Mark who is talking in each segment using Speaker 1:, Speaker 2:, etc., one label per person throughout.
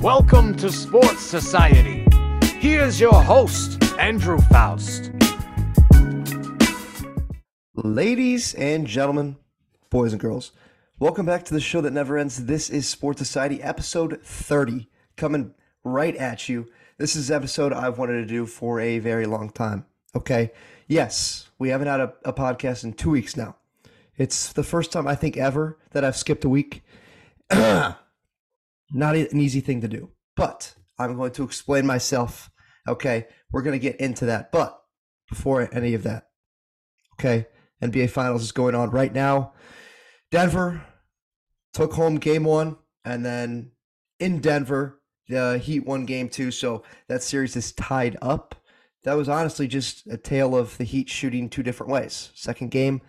Speaker 1: Welcome to Sports Society. Here's your host, Andrew Faust.
Speaker 2: Ladies and gentlemen, boys and girls, welcome back to the show that never ends. This is Sports Society, episode 30, coming right at you. This is an episode I've wanted to do for a very long time. Okay. Yes, we haven't had a, a podcast in two weeks now. It's the first time I think ever that I've skipped a week. Not an easy thing to do, but I'm going to explain myself. Okay. We're going to get into that. But before any of that, okay, NBA Finals is going on right now. Denver took home game one, and then in Denver, the Heat won game two. So that series is tied up. That was honestly just a tale of the Heat shooting two different ways. Second game,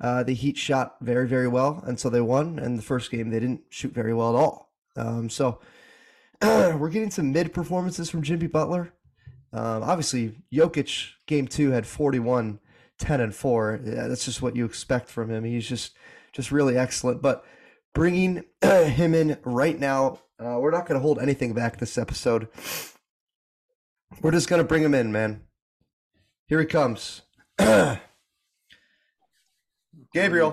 Speaker 2: uh, the Heat shot very, very well, and so they won. And the first game, they didn't shoot very well at all. Um, so we're getting some mid performances from Jimmy Butler. Um, obviously, Jokic game two had 41, 10, and four. Yeah, that's just what you expect from him. He's just just really excellent. But bringing him in right now, uh, we're not going to hold anything back this episode. We're just going to bring him in, man. Here he comes. Gabriel.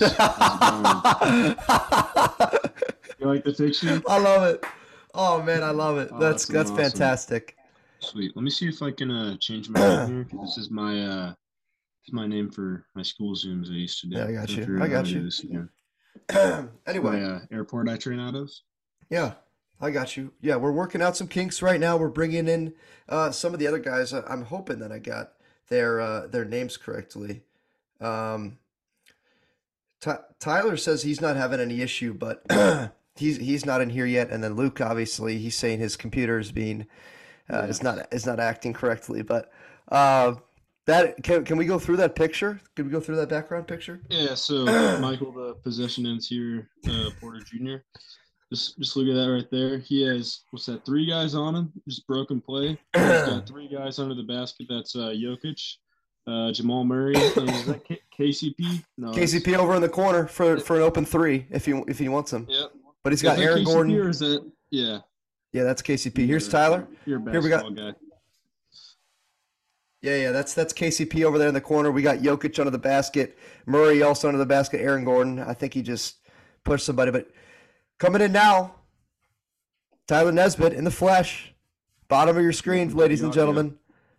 Speaker 3: How's it
Speaker 2: I
Speaker 3: going? you like the fiction?
Speaker 2: love it. Oh man, I love it.
Speaker 3: Oh,
Speaker 2: that's that's
Speaker 3: that's awesome.
Speaker 2: fantastic.
Speaker 3: Sweet. Let me see if I can uh, change my name here. 'cause This is my uh, this is my name for my school zooms I used to do.
Speaker 2: Yeah, I got
Speaker 3: So if
Speaker 2: you.
Speaker 3: you're
Speaker 2: I
Speaker 3: gonna
Speaker 2: got
Speaker 3: do
Speaker 2: you.
Speaker 3: this again. My
Speaker 2: anyway,
Speaker 3: uh, airport I train out of.
Speaker 2: Yeah, I got you. Yeah, we're working out some kinks right now. We're bringing in uh, some of the other guys. I- I'm hoping that I got their uh, their names correctly. Um, Ty Tyler says he's not having any issue, but he's he's not in here yet. And then Luke, obviously, he's saying his computer is being uh, is not is not acting correctly. But uh, that can can we go through that picture? Can we go through that background picture?
Speaker 3: Yeah. So Michael, the possession interior uh, Porter Jr. Just just look at that right there. He has what's that? Three guys on him. Just broken play. He's got three guys under the basket. That's uh, Jokic, uh, Jamal Murray, and is that K- KCP?
Speaker 4: Oh,
Speaker 3: No. that's-
Speaker 2: KCP over in the corner for for an open three if you if he wants him.
Speaker 3: Yep.
Speaker 2: But he's
Speaker 3: Is
Speaker 2: got
Speaker 3: that
Speaker 2: Aaron
Speaker 3: KCP
Speaker 2: Gordon.
Speaker 3: Or is that, yeah.
Speaker 2: Yeah, that's KCP. Here's Tyler.
Speaker 3: You're a
Speaker 2: Here we got-
Speaker 3: basketball guy.
Speaker 2: Yeah, yeah, that's that's KCP over there in the corner. We got Jokic under the basket, Murray also under the basket, Aaron Gordon. I think he just pushed somebody, but coming in now, Tyler Nesbitt in the flesh, bottom of your screen, ladies and gentlemen.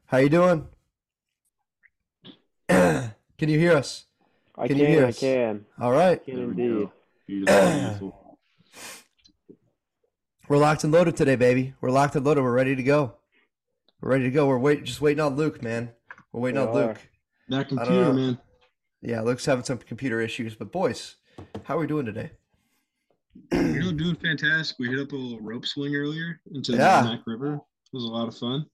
Speaker 2: How you doing? Can you hear us?
Speaker 4: I
Speaker 2: Can
Speaker 4: can,
Speaker 2: you hear
Speaker 4: I
Speaker 2: us?
Speaker 4: can.
Speaker 2: All right,
Speaker 4: Can
Speaker 3: There we
Speaker 4: indeed.
Speaker 3: go. Beautiful, beautiful.
Speaker 2: we're locked and loaded today, baby. We're locked and loaded. We're ready to go. We're ready to go. We're wait, just waiting on Luke, man. We're waiting
Speaker 4: We
Speaker 2: on
Speaker 4: are.
Speaker 2: Luke.
Speaker 3: That
Speaker 2: don't
Speaker 3: computer,
Speaker 2: know.
Speaker 3: man.
Speaker 2: Yeah, Luke's having some computer issues, but boys, how are we doing today?
Speaker 3: You're doing fantastic. We hit up a little rope swing earlier into
Speaker 2: Yeah.
Speaker 3: the Mac River. It was a lot of fun.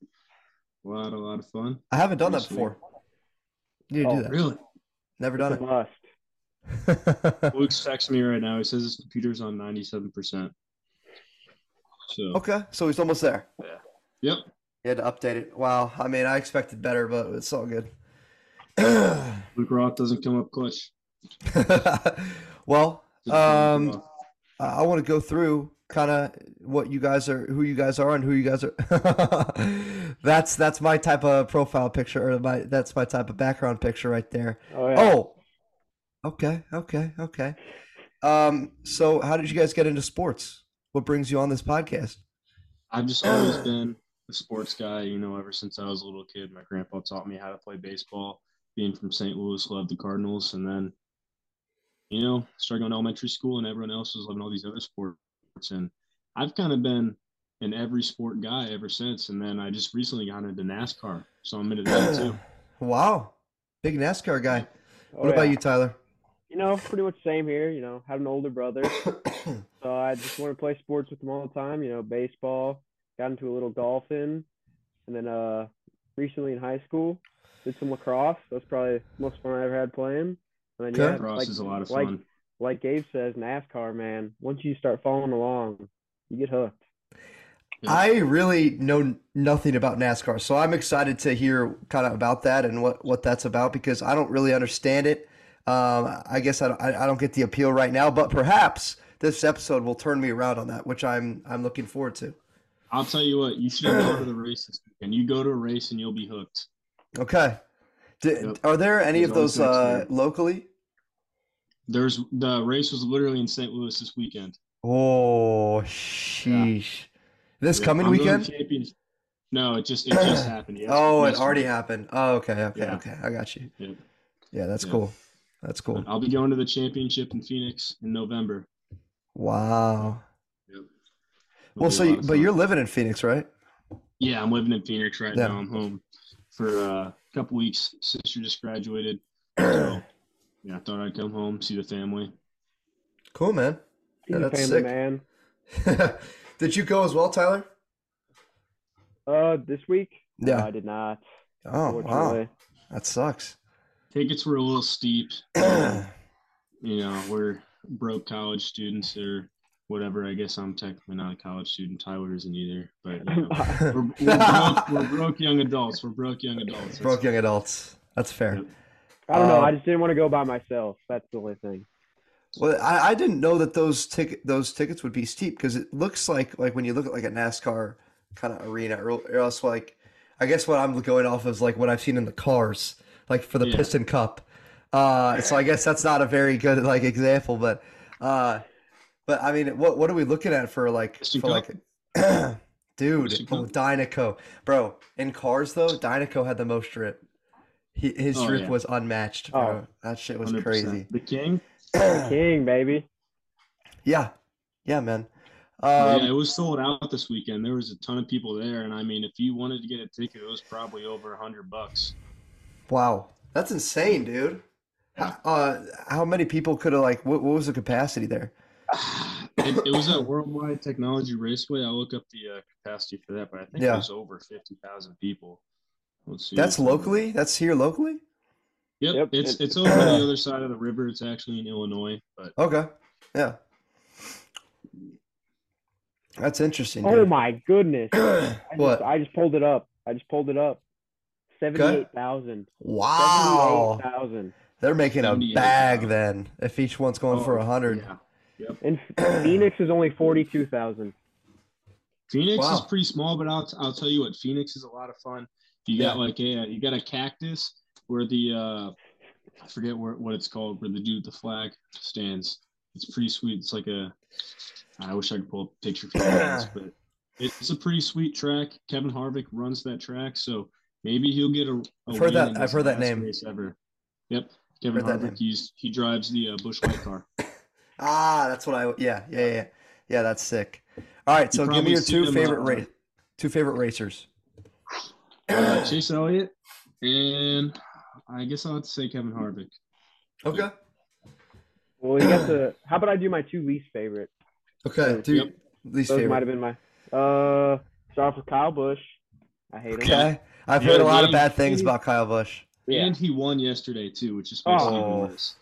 Speaker 3: A lot, a lot of fun.
Speaker 2: I haven't done that
Speaker 3: Pretty
Speaker 2: before. You need to
Speaker 4: Oh,
Speaker 2: do that.
Speaker 3: Really?
Speaker 2: Never
Speaker 4: It's
Speaker 2: done
Speaker 4: a must.
Speaker 2: it.
Speaker 3: Luke's texting me right now. He says his computer's on 97%. So,
Speaker 2: okay, so he's almost there.
Speaker 3: yep.
Speaker 2: He had to update it. Wow. I mean, I expected better, but it's all good. well,
Speaker 3: Luke Roth doesn't come up clutch.
Speaker 2: um, I, I want to go through kind of what you guys are, who you guys are, and who you guys are. that's that's my type of profile picture, or my that's my type of background picture right there.
Speaker 4: Oh, yeah.
Speaker 2: Oh, okay, okay, okay. Um, so how did you guys get into sports? What brings you on this podcast?
Speaker 3: I've just always been a sports guy, you know, ever since I was a little kid. My grandpa taught me how to play baseball. Being from St. Louis, loved the Cardinals. And then, you know, started going to elementary school and everyone else was loving all these other sports. And I've kind of been an every sport guy ever since. And then I just recently got into NASCAR. So I'm into that too.
Speaker 2: Wow, big NASCAR guy.
Speaker 4: Oh,
Speaker 2: What about
Speaker 4: yeah.
Speaker 2: you, Tyler?
Speaker 4: You know, pretty much same here. You know, had an older brother, so I just wanted to play sports with him all the time. You know, baseball. Got into a little golfing, and then uh, recently in high school, did some lacrosse. That's probably the most fun I ever had playing. And then
Speaker 2: Okay.
Speaker 4: yeah,
Speaker 3: Cross
Speaker 4: like,
Speaker 3: is a lot of
Speaker 4: like,
Speaker 3: fun.
Speaker 4: Like Gabe says, NASCAR man. Once you start following along, you get hooked.
Speaker 2: I really know nothing about NASCAR, so I'm excited to hear kind of about that and what what that's about because I don't really understand it. Um, I guess I don't, I, I don't get the appeal right now, but perhaps this episode will turn me around on that, which I'm I'm looking forward to.
Speaker 3: I'll tell you what, you should go to the race this weekend. You go to a race and you'll be hooked.
Speaker 2: Okay. D-
Speaker 3: Yep.
Speaker 2: Are there any
Speaker 3: There's
Speaker 2: of
Speaker 3: always
Speaker 2: those
Speaker 3: next
Speaker 2: uh,
Speaker 3: year.
Speaker 2: locally?
Speaker 3: There's the race was literally in St. Louis this weekend.
Speaker 2: Oh, sheesh. This
Speaker 3: Yeah,
Speaker 2: coming
Speaker 3: I'm going
Speaker 2: weekend?
Speaker 3: champions- No, it just it just happened. Yes-
Speaker 2: Oh, it
Speaker 3: yes,
Speaker 2: already
Speaker 3: ma'am.
Speaker 2: happened. Oh, okay, okay,
Speaker 3: Yeah.
Speaker 2: okay. I got you.
Speaker 3: Yep.
Speaker 2: Yeah, that's
Speaker 3: Yeah. Uh,
Speaker 2: cool. That's cool.
Speaker 3: I'll be going to the championship in Phoenix in November.
Speaker 2: Wow.
Speaker 3: Yep.
Speaker 2: Well,
Speaker 3: It'll
Speaker 2: so
Speaker 3: be a
Speaker 2: you,
Speaker 3: lot of
Speaker 2: but
Speaker 3: fun.
Speaker 2: you're living in Phoenix, right?
Speaker 3: Yeah, I'm living in Phoenix right
Speaker 2: Yeah.
Speaker 3: now. I'm home for uh, a couple weeks. Sister just graduated. So, yeah, I thought I'd come home, see the family.
Speaker 2: Cool, man. Yeah,
Speaker 4: He's a
Speaker 2: that's
Speaker 4: family
Speaker 2: sick.
Speaker 4: man.
Speaker 2: Did you go as well, Tyler?
Speaker 4: Uh, this week? No,
Speaker 2: Yeah.
Speaker 4: I did not.
Speaker 2: Oh, wow.
Speaker 4: unfortunately.
Speaker 2: That sucks.
Speaker 3: Tickets were a little steep.
Speaker 2: yeah,
Speaker 3: You know, we're broke college students or whatever. I guess I'm technically not a college student. Tyler isn't either. But you know, we're, we're, broke, we're broke young adults. We're broke young adults. That's-
Speaker 2: Broke young adults. That's fair.
Speaker 3: Yep.
Speaker 4: I don't know.
Speaker 2: Um,
Speaker 4: I just didn't want to go by myself. That's the only thing.
Speaker 2: Well, I, I didn't know that those ticket those tickets would be steep because it looks like like when you look at like a NASCAR kind of arena or, or else like I guess what I'm going off is like what I've seen in the cars like for the
Speaker 3: Yeah.
Speaker 2: Piston Cup. Uh, so I guess that's not a very good like example, but uh, but I mean, what what are we looking at for like
Speaker 3: Piston
Speaker 2: for
Speaker 3: Cup?
Speaker 2: like, dude?
Speaker 3: Piston
Speaker 2: Oh,
Speaker 3: Cup?
Speaker 2: Dynaco, bro. In cars though, Dynaco had the most drip. He, his
Speaker 3: Oh,
Speaker 2: drip
Speaker 3: yeah.
Speaker 2: was unmatched,
Speaker 4: Oh,
Speaker 2: bro. that shit was
Speaker 3: 100%.
Speaker 2: crazy.
Speaker 3: The king?
Speaker 2: uh,
Speaker 4: King, baby.
Speaker 2: Yeah, yeah, man.
Speaker 3: yeah, it
Speaker 2: Um,
Speaker 3: was sold out this weekend. There was a ton of people there, and I mean, if you wanted to get a ticket, it was probably over a hundred bucks.
Speaker 2: wow, that's insane, dude. How, uh, how many people could have like? What, what was the capacity there?
Speaker 3: it, it was at Worldwide Technology Raceway. I'll look up the uh, capacity for that, but I think
Speaker 2: Yeah.
Speaker 3: it was over fifty thousand people. Let's see.
Speaker 2: That's locally. That's here locally.
Speaker 3: Yep,
Speaker 4: Yep,
Speaker 3: it's
Speaker 4: it-
Speaker 3: it's over on the other side of the river. It's actually in Illinois, but
Speaker 2: Okay, yeah. That's interesting.
Speaker 4: Oh
Speaker 2: dude.
Speaker 4: my goodness. I
Speaker 2: What?
Speaker 4: Just, I just pulled it up. I just pulled it up. Seventy-eight thousand.
Speaker 2: Wow,
Speaker 4: Seventy-eight thousand.
Speaker 2: they're making a
Speaker 3: 78,
Speaker 2: bag
Speaker 3: wow.
Speaker 2: then. If each one's going for
Speaker 3: Oh,
Speaker 2: a hundred,
Speaker 3: yeah.
Speaker 4: And Phoenix is only forty-two thousand.
Speaker 3: Phoenix is
Speaker 2: Wow.
Speaker 3: pretty small, but I'll, I'll tell you what, Phoenix is a lot of fun. You got like a uh, you got a cactus where the uh, I forget where, what it's called, where the dude with the flag stands. It's pretty sweet. It's like a I wish I could pull up a picture for you guys, but it's a pretty sweet track. Kevin Harvick runs that track, so maybe he'll get a. a
Speaker 2: I've heard
Speaker 3: win
Speaker 2: that-
Speaker 3: in
Speaker 2: I've
Speaker 3: his
Speaker 2: heard that
Speaker 3: last
Speaker 2: name.
Speaker 3: race ever. Yep, Kevin
Speaker 2: Heard that name.
Speaker 3: Harvick. He's he drives the uh, Bush Light car.
Speaker 2: ah, that's what I. Yeah, yeah, yeah, yeah. That's sick. All right, so give me
Speaker 3: probably
Speaker 2: your
Speaker 3: see
Speaker 2: two
Speaker 3: them,
Speaker 2: favorite
Speaker 3: uh,
Speaker 2: race, two favorite racers.
Speaker 3: Uh, Chase Elliott and I guess I'll have to say Kevin Harvick.
Speaker 2: Okay.
Speaker 4: Well, you got the. How about I do my two least favorite?
Speaker 2: Okay,
Speaker 4: Yep.
Speaker 2: dude. Least
Speaker 4: Those
Speaker 2: favorite.
Speaker 4: might have been my. Uh, start off with Kyle Bush. I hate him.
Speaker 2: Okay. I've
Speaker 3: Yeah,
Speaker 2: heard a lot of
Speaker 3: James-
Speaker 2: bad things about Kyle Bush.
Speaker 4: Yeah.
Speaker 3: And he won yesterday too, which is makes it even
Speaker 2: Oh.
Speaker 3: worse.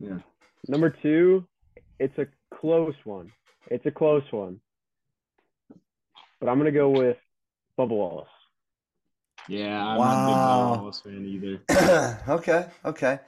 Speaker 3: Yeah.
Speaker 4: Number two, it's a close one. It's a close one. But I'm gonna go with Bubba Wallace.
Speaker 3: Yeah, I'm
Speaker 2: Wow.
Speaker 3: not a big Wallace fan either.
Speaker 2: okay, okay.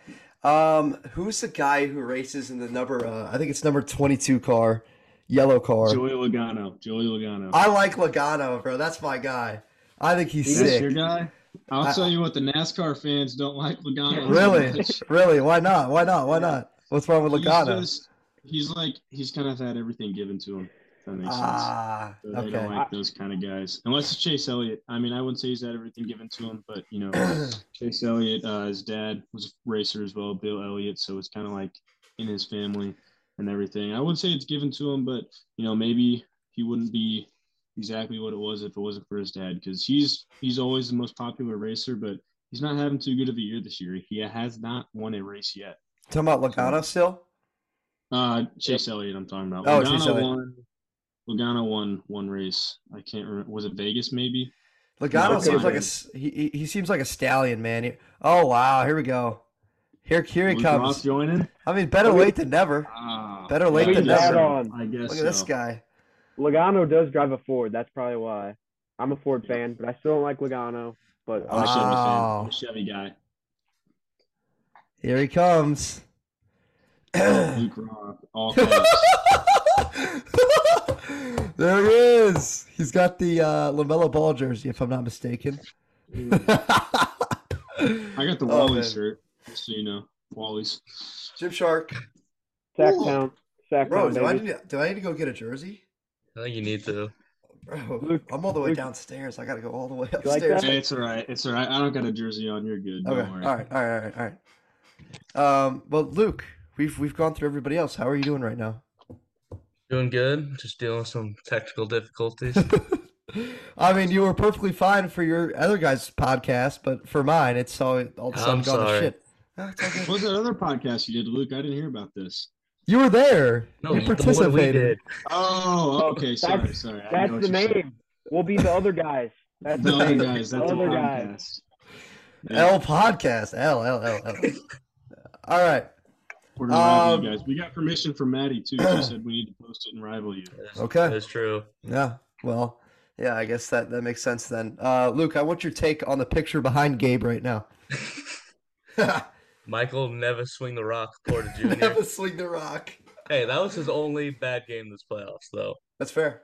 Speaker 2: Um, who's the guy who races in the number? Uh, I think it's number twenty-two car, yellow car.
Speaker 3: Joey Logano. Joey Logano.
Speaker 2: I like Logano, bro. That's my guy. I think he's
Speaker 4: He's
Speaker 3: That's
Speaker 2: sick.
Speaker 3: your guy. I'll
Speaker 2: I-
Speaker 3: tell you what, the NASCAR fans don't like Logano. so
Speaker 2: Really,
Speaker 3: much.
Speaker 2: really. Why not? Why not? Why
Speaker 3: Yeah.
Speaker 2: not? What's wrong with
Speaker 3: He's
Speaker 2: Logano?
Speaker 3: just- He's like he's kind of had everything given to him. If that makes sense.
Speaker 2: Ah,
Speaker 3: So They don't
Speaker 2: okay.
Speaker 3: like those kind of guys, unless it's Chase Elliott. I mean, I wouldn't say he's had everything given to him, but you know, Chase Elliott, uh, his dad was a racer as well, Bill Elliott. So it's kind of like in his family and everything. I wouldn't say it's given to him, but you know, maybe he wouldn't be exactly what it was if it wasn't for his dad, because he's he's always the most popular racer, but he's not having too good of a year this year. He has not won a race yet.
Speaker 2: Talking about Logano still?
Speaker 3: Uh, Chase Elliott, I'm talking about.
Speaker 2: Oh,
Speaker 3: Logano
Speaker 2: Chase Elliott.
Speaker 3: won. Logano won one race. I can't remember. Was it Vegas? Maybe.
Speaker 2: Logano
Speaker 4: Okay.
Speaker 2: seems like a s- he, he he seems like a stallion, man. He- oh wow, here we go. Here here he
Speaker 3: Luke Ross
Speaker 2: comes.
Speaker 3: joining.
Speaker 2: I mean,
Speaker 3: Oh,
Speaker 2: better late than never.
Speaker 3: Ah,
Speaker 2: Better late
Speaker 3: I
Speaker 4: than
Speaker 3: guess
Speaker 4: never.
Speaker 3: so.
Speaker 4: on.
Speaker 3: I guess
Speaker 2: Look at this
Speaker 3: so.
Speaker 2: guy.
Speaker 4: Logano does drive a Ford. That's probably why. I'm a Ford fan, but I still don't like Logano. But
Speaker 3: I'm a
Speaker 4: I like
Speaker 3: Chevy fan.
Speaker 2: Wow.
Speaker 3: I'm a Chevy guy.
Speaker 2: Here he comes.
Speaker 3: Luke Rock, all caps.
Speaker 2: there he is. He's got the uh, Lamella Ball jersey, if I'm not mistaken.
Speaker 3: I got the
Speaker 2: Oh,
Speaker 3: Wally
Speaker 2: man.
Speaker 3: shirt, just so you know. Wally's.
Speaker 2: Jim Shark,
Speaker 4: Sack
Speaker 2: Ooh.
Speaker 4: town. Sack
Speaker 2: bro,
Speaker 4: town,
Speaker 2: do I, need
Speaker 4: baby.
Speaker 2: to, do I need to go get a jersey?
Speaker 5: I think you need to.
Speaker 2: Bro,
Speaker 4: Luke,
Speaker 2: I'm all the way
Speaker 4: Luke.
Speaker 2: downstairs. I got to go all the way
Speaker 4: like
Speaker 2: upstairs.
Speaker 4: that?
Speaker 3: Hey, it's all right. It's all right. I don't got a jersey on. You're good. Don't
Speaker 2: Okay. All
Speaker 3: worry.
Speaker 2: right. All right. All right. All right. Um, well, Luke, we've we've gone through everybody else. How are you doing right now?
Speaker 5: Doing good. Just dealing with some technical difficulties.
Speaker 2: I mean, you were perfectly fine for your other guy's podcast, but for mine, it's all all of a sudden
Speaker 5: I'm
Speaker 2: gone to
Speaker 5: sorry.
Speaker 2: shit. No, it's all good.
Speaker 3: What's that other podcast you did, Luke? I didn't hear about this.
Speaker 2: You were there.
Speaker 5: No,
Speaker 2: you
Speaker 5: the one we
Speaker 2: participated.
Speaker 5: did.
Speaker 3: Oh, okay. Sorry,
Speaker 4: That's-
Speaker 3: sorry. I know
Speaker 4: That's
Speaker 3: what
Speaker 4: the
Speaker 3: you're saying.
Speaker 4: name. We'll be the other guys. That's
Speaker 3: The
Speaker 4: the
Speaker 3: other
Speaker 4: name.
Speaker 3: guys. That's a
Speaker 4: Other guys.
Speaker 3: podcast.
Speaker 2: L podcast. L L L L. All right.
Speaker 3: We're gonna rival
Speaker 2: Um,
Speaker 3: you guys. We got permission from Maddie too. She said we need to post it and rival you.
Speaker 5: That's-
Speaker 2: Okay.
Speaker 5: That's true.
Speaker 2: Yeah. Well. Yeah. I guess that that makes sense then. Uh, Luke, I want your take on the picture behind Gabe right now.
Speaker 5: Michael never swing the rock, Porter Jr.
Speaker 2: Never swing the rock.
Speaker 5: hey, that was his only bad game this playoffs, though.
Speaker 2: That's fair.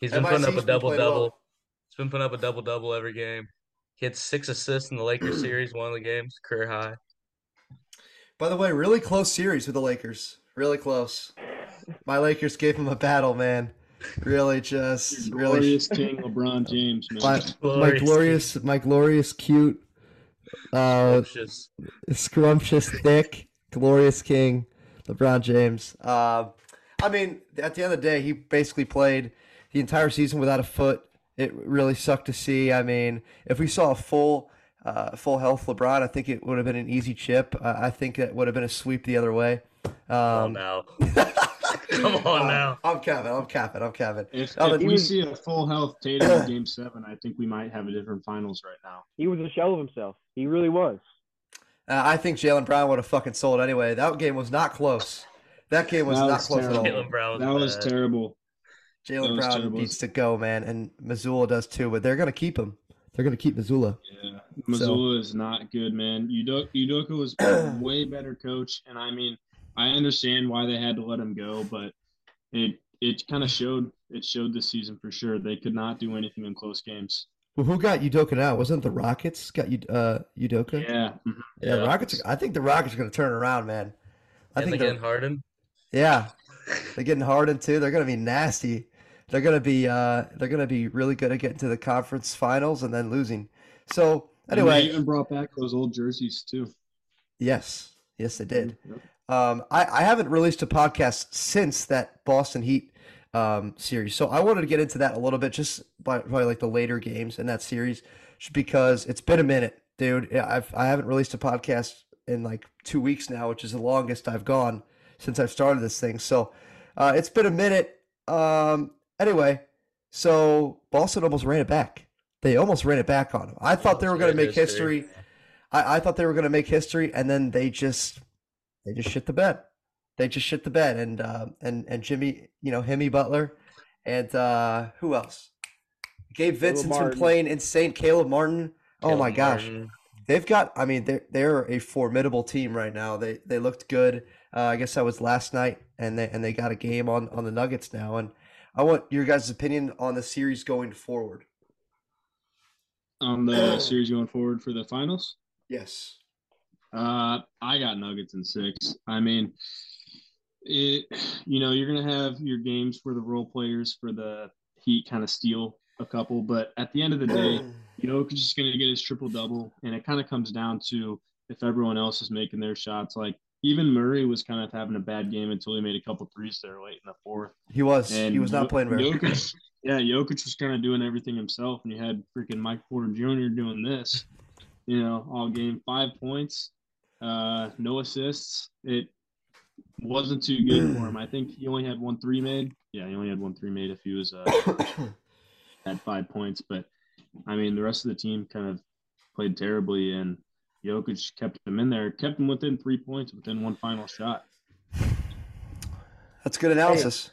Speaker 5: He's been
Speaker 2: MIC's
Speaker 5: putting up a
Speaker 2: been playing
Speaker 5: double double.
Speaker 2: well.
Speaker 5: He's been putting up a double double every game. He had six assists in the Lakers series, one of the games, career high.
Speaker 2: By the way, really close series with the Lakers. Really close. My Lakers gave him a battle, man. Really, just
Speaker 3: You're
Speaker 2: really.
Speaker 3: Glorious King LeBron James, man.
Speaker 2: My, my
Speaker 5: Glorious.
Speaker 2: glorious, my glorious, cute, uh,
Speaker 5: It's just
Speaker 2: scrumptious, thick, glorious king, LeBron James. Uh, I mean, at the end of the day, he basically played the entire season without a foot. It really sucked to see. I mean, if we saw a full, uh, full health LeBron, I think it would have been an easy chip. I, I think that would have been a sweep the other way.
Speaker 5: come on
Speaker 2: Um,
Speaker 5: now. Come on
Speaker 2: I'm-
Speaker 5: now.
Speaker 2: I'm capping. I'm capping. I'm capping.
Speaker 3: If,
Speaker 2: Oh,
Speaker 3: if
Speaker 2: but-
Speaker 3: we see a full health Tatum in Game Seven, I think we might have a different finals right now.
Speaker 4: He was a shell of himself. He really was.
Speaker 2: Uh, I think Jalen Brown would have fucking sold anyway. That game was not close. That game was
Speaker 3: That
Speaker 2: not
Speaker 3: was
Speaker 2: close at all.
Speaker 5: Jalen Brown.
Speaker 3: That was
Speaker 5: bad.
Speaker 3: terrible. That
Speaker 2: Jalen
Speaker 3: was
Speaker 2: Brown
Speaker 3: terrible.
Speaker 2: needs to go, man, and Missoula does too. But they're gonna keep him. They're gonna keep Missoula.
Speaker 3: Yeah, Missoula is not good, man. Udo- Udoka was way better coach, and I mean, I understand why they had to let him go, but it it kind of showed. It showed this season for sure. They could not do anything in close games.
Speaker 2: Well, who got Udoka now? Wasn't it the Rockets got you uh, Udoka?
Speaker 3: Yeah, mhm.
Speaker 2: Yeah, the Rockets. I think the Rockets are gonna turn around, man. I
Speaker 5: and
Speaker 2: think
Speaker 5: again,
Speaker 2: they're,
Speaker 5: Harden.
Speaker 2: yeah, they're getting hardened too. They're gonna be nasty. They're gonna be uh, they're gonna be really good at getting to the conference finals and then losing. So
Speaker 3: And they
Speaker 2: anyway,
Speaker 3: even brought back those old jerseys too.
Speaker 2: Yes, yes, it did.
Speaker 3: Yep.
Speaker 2: Um, I, I haven't released a podcast since that Boston Heat um, series, so I wanted to get into that a little bit, just by probably like the later games in that series, just because it's been a minute, dude. Yeah, I've I haven't released a podcast in like two weeks now, which is the longest I've gone since I've started this thing. So uh, it's been a minute. Um, anyway, so Boston almost ran it back. They almost ran it back on them. I thought they were
Speaker 5: Almost
Speaker 2: going to
Speaker 5: made
Speaker 2: make
Speaker 5: history.
Speaker 2: history. I, I thought they were going to make history, and then they just they just shit the bed. They just shit the bed, and uh, and and Jimmy, you know, Himmy Butler, and uh, who else? Gabe Vincent's been
Speaker 4: Martin.
Speaker 2: playing insane. Caleb Martin. oh my
Speaker 5: Jalen
Speaker 2: gosh,
Speaker 5: Martin.
Speaker 2: they've got. I mean, they're they're a formidable team right now. They they looked good. Uh, I guess that was last night, and they and they got a game on on the Nuggets now. And I want your guys' opinion on the series going forward.
Speaker 3: On the series going forward for the finals,
Speaker 2: Yes.
Speaker 3: Uh, I got Nuggets in six. I mean, it. You know, you're gonna have your games where the role players for the Heat kind of steal a couple, but at the end of the day, you know, he's just gonna get his triple double, and it kind of comes down to if everyone else is making their shots. Like even Murray was kind of having a bad game until he made a couple threes there late in the fourth.
Speaker 2: He was.
Speaker 3: And
Speaker 2: he was not
Speaker 3: Jo-
Speaker 2: playing very.
Speaker 3: Jokic, yeah, Jokic was kind of doing everything himself, and you had freaking Mike Porter Jr. doing this, you know, all game, five points, uh, no assists. It wasn't too good for him. I think he only had one three made. Yeah, he only had one three made if he was uh, at five points. But I mean, the rest of the team kind of played terribly, and Jokic kept him in there, kept him within three points, within one final shot.
Speaker 2: That's good analysis.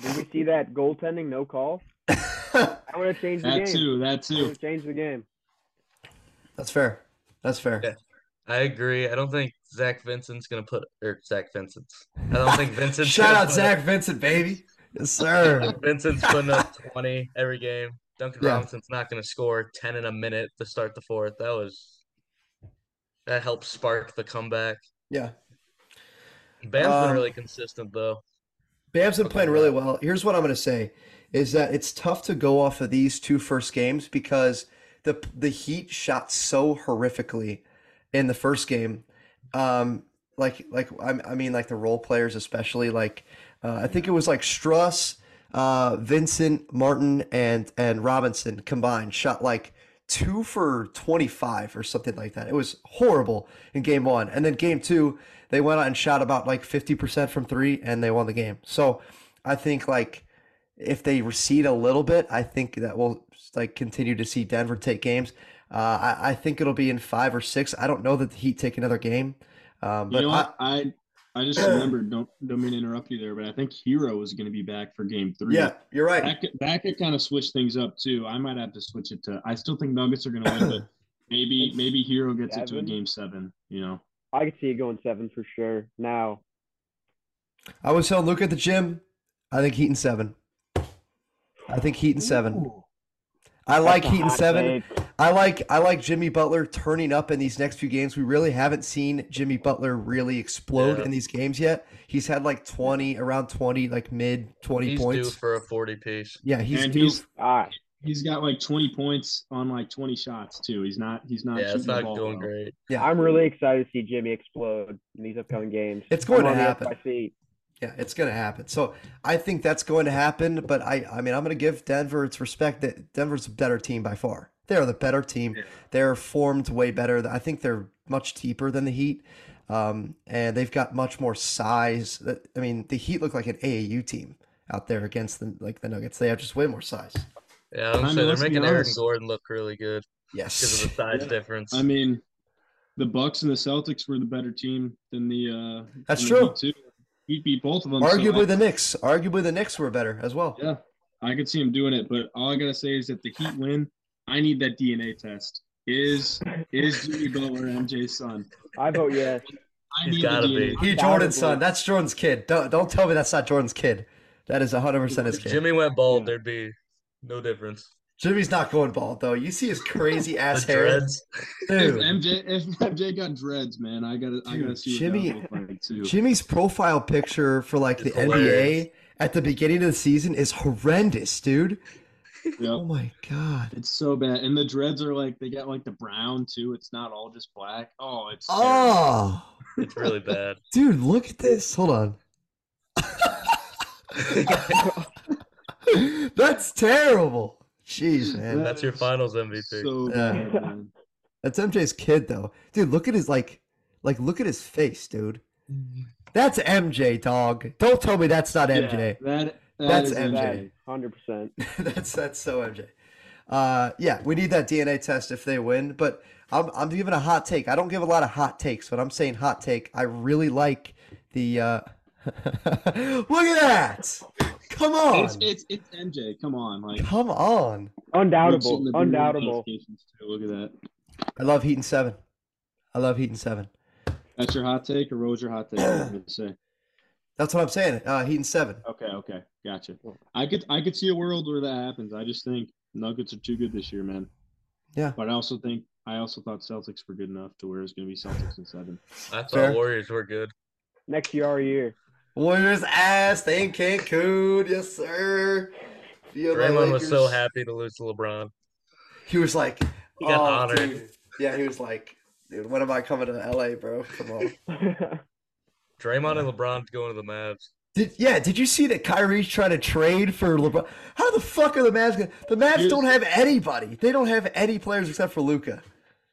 Speaker 4: Did we see that goaltending no call? I want to change the
Speaker 3: That
Speaker 4: game.
Speaker 3: too, that
Speaker 4: I
Speaker 3: too.
Speaker 4: want to change the game.
Speaker 2: That's fair. That's fair.
Speaker 5: Yeah. I agree. I don't think Zach Vincent's gonna put or Zach Vincent's. I don't think Vincent's
Speaker 2: Shout
Speaker 5: gonna
Speaker 2: out
Speaker 5: put-
Speaker 2: Zach Vincent, baby. Yes, sir.
Speaker 5: Vincent's putting up twenty every game. Duncan
Speaker 2: Yeah.
Speaker 5: Robinson's not gonna score ten in a minute to start the fourth. That was that helped spark the comeback.
Speaker 2: yeah.
Speaker 5: Bam's
Speaker 2: Um,
Speaker 5: been really consistent though.
Speaker 2: Bam's been playing really well. Here's what I'm going to say is that it's tough to go off of these two first games because the the Heat shot so horrifically in the first game. Um, like like I, I mean like the role players especially like uh, I think it was like Struss, uh, Vincent, Martin, and and Robinson combined shot like two for 25 or something like that. It was horrible in game one. And then game two, they went out and shot about like 50% from three and they won the game. So I think like if they recede a little bit, I think that we'll like continue to see Denver take games. Uh, I, I think it'll be in five or six. I don't know that the Heat take another game. Um,
Speaker 3: You
Speaker 2: but
Speaker 3: know
Speaker 2: I,
Speaker 3: what? I I just remembered. Don't don't mean to interrupt you there, but I think Hero is going to be back for Game Three.
Speaker 2: yeah, you're right.
Speaker 3: that could, that could kind of switch things up too. I might have to switch it to. I still think Nuggets are going to win, but maybe maybe Hero gets it to a
Speaker 4: Seven?
Speaker 3: Game Seven. You know,
Speaker 4: I could see it going seven for sure. Now,
Speaker 2: I was telling Luke at the gym, I think Heat and seven. I think Heat and seven. I like Heat and seven. I like I like Jimmy Butler turning up in these next few games. We really haven't seen Jimmy Butler really explode
Speaker 5: Yeah.
Speaker 2: in these games yet. He's had like twenty, around twenty, like mid twenty
Speaker 5: He's
Speaker 2: points.
Speaker 5: due for a forty piece.
Speaker 2: yeah, he's
Speaker 3: and
Speaker 2: due.
Speaker 3: he's
Speaker 4: All right.
Speaker 3: he's got like twenty points on like twenty shots too. He's not he's not.
Speaker 5: Yeah,
Speaker 3: shooting
Speaker 5: it's
Speaker 3: the
Speaker 5: not
Speaker 3: ball
Speaker 5: going
Speaker 3: well.
Speaker 5: great.
Speaker 2: yeah,
Speaker 4: I'm really excited to see Jimmy explode in these upcoming games.
Speaker 2: It's going
Speaker 4: I'm
Speaker 2: to
Speaker 4: on the
Speaker 2: happen.
Speaker 4: edge of my seat.
Speaker 2: yeah, it's gonna happen. So I think that's going to happen. But I, I mean, I'm gonna give Denver its respect. That Denver's a better team by far. They're the better team.
Speaker 3: Yeah.
Speaker 2: They're formed way better. I think they're much deeper than the Heat, um, and they've got much more size. That- I mean, the Heat look like an AAU team out there against the like the Nuggets. They have just way more size.
Speaker 5: Yeah,
Speaker 3: I
Speaker 5: I'm
Speaker 3: mean,
Speaker 5: saying they're
Speaker 3: let's be
Speaker 5: making Aaron
Speaker 3: honest.
Speaker 5: Gordon look really good because
Speaker 2: Yes.
Speaker 5: of the size
Speaker 3: Yeah.
Speaker 5: difference.
Speaker 3: I mean, the Bucks and the Celtics were the better team than the. Uh,
Speaker 2: That's
Speaker 3: than the
Speaker 2: true.
Speaker 3: Heat, too. He beat both of them. so
Speaker 2: Arguably
Speaker 3: I-
Speaker 2: the Knicks. Arguably the Knicks were better as well.
Speaker 3: Yeah, I could see him doing it, but all I gotta say is that the Heat win. I need that DNA test. Is is Jimmy Butler MJ's son?
Speaker 4: I vote yes.
Speaker 3: I
Speaker 5: He's
Speaker 3: need the
Speaker 5: gotta
Speaker 3: DNA.
Speaker 5: be.
Speaker 2: He Jordan's son. That's Jordan's kid. Don't don't tell me that's not Jordan's kid. That is 100 percent his
Speaker 5: if
Speaker 2: kid.
Speaker 5: Jimmy went bald,
Speaker 3: Yeah.
Speaker 5: there'd be no difference.
Speaker 2: Jimmy's not going bald though. You see his crazy
Speaker 5: The
Speaker 2: ass hair,
Speaker 5: dreads.
Speaker 3: If
Speaker 2: dude.
Speaker 3: MJ if MJ got dreads, man, I gotta I gotta
Speaker 2: Dude,
Speaker 3: see
Speaker 2: Jimmy-
Speaker 3: what that would look like too.
Speaker 2: Jimmy's profile picture for like the
Speaker 5: It's hilarious.
Speaker 2: NBA at the beginning of the season is horrendous, dude. Oh
Speaker 3: Yep.
Speaker 2: my god.
Speaker 3: It's so bad, and the dreads are like they got like the brown too. It's not all just black. Oh, it's terrible.
Speaker 2: Oh,
Speaker 5: It's really bad.
Speaker 2: dude, look at this. Hold on. That's terrible. Jeez, man.
Speaker 5: That's your finals MVP.
Speaker 3: so
Speaker 2: Yeah.
Speaker 3: bad. man.
Speaker 2: That's MJ's kid though. Dude, look at his like like look at his face, dude. That's MJ, dog. Don't tell me that's not MJ.
Speaker 3: Yeah, that, that
Speaker 2: That's
Speaker 3: is
Speaker 2: MJ.
Speaker 4: Hundred percent.
Speaker 2: that's that's so MJ. Uh, yeah, we need that DNA test if they win. But I'm I'm giving a hot take. I don't give a lot of hot takes, but I'm saying hot take. I really like the. Uh... Look at that! Come on,
Speaker 3: It's, it's it's MJ. Come on, like
Speaker 2: come on!
Speaker 4: Undoubtable.
Speaker 3: Shouldn't have been
Speaker 4: Undoubtable.
Speaker 3: notifications, too. Look at that.
Speaker 2: I love Heat and Seven. I love Heat and Seven.
Speaker 3: That's your hot take, or what was your hot take? I was gonna say.
Speaker 2: That's what I'm saying. Uh, Heat and Seven.
Speaker 3: Okay, okay, gotcha. I could I could see a world where that happens. I just think Nuggets are too good this year, man.
Speaker 2: Yeah.
Speaker 3: But I also think I also thought Celtics were good enough to where it's going to be Celtics in seven.
Speaker 5: I thought
Speaker 2: Fair.
Speaker 5: Warriors were good.
Speaker 4: Next E year, our year.
Speaker 2: Warriors ass. They in Cancun. Yes, sir. Feel my
Speaker 5: Draymond was so
Speaker 2: Lakers.
Speaker 5: happy to lose to LeBron.
Speaker 2: He was like,
Speaker 5: He got
Speaker 2: "Oh,
Speaker 5: honored."
Speaker 2: dude." Yeah, he was like, dude, when am I coming to LA, bro? Come on.
Speaker 5: Draymond and LeBron going to the Mavs.
Speaker 2: Did, yeah, did you see that Kyrie's trying to trade for LeBron? How the fuck are the Mavs going to. The Mavs
Speaker 3: Here's-
Speaker 2: don't have anybody. They don't have any players except for Luca.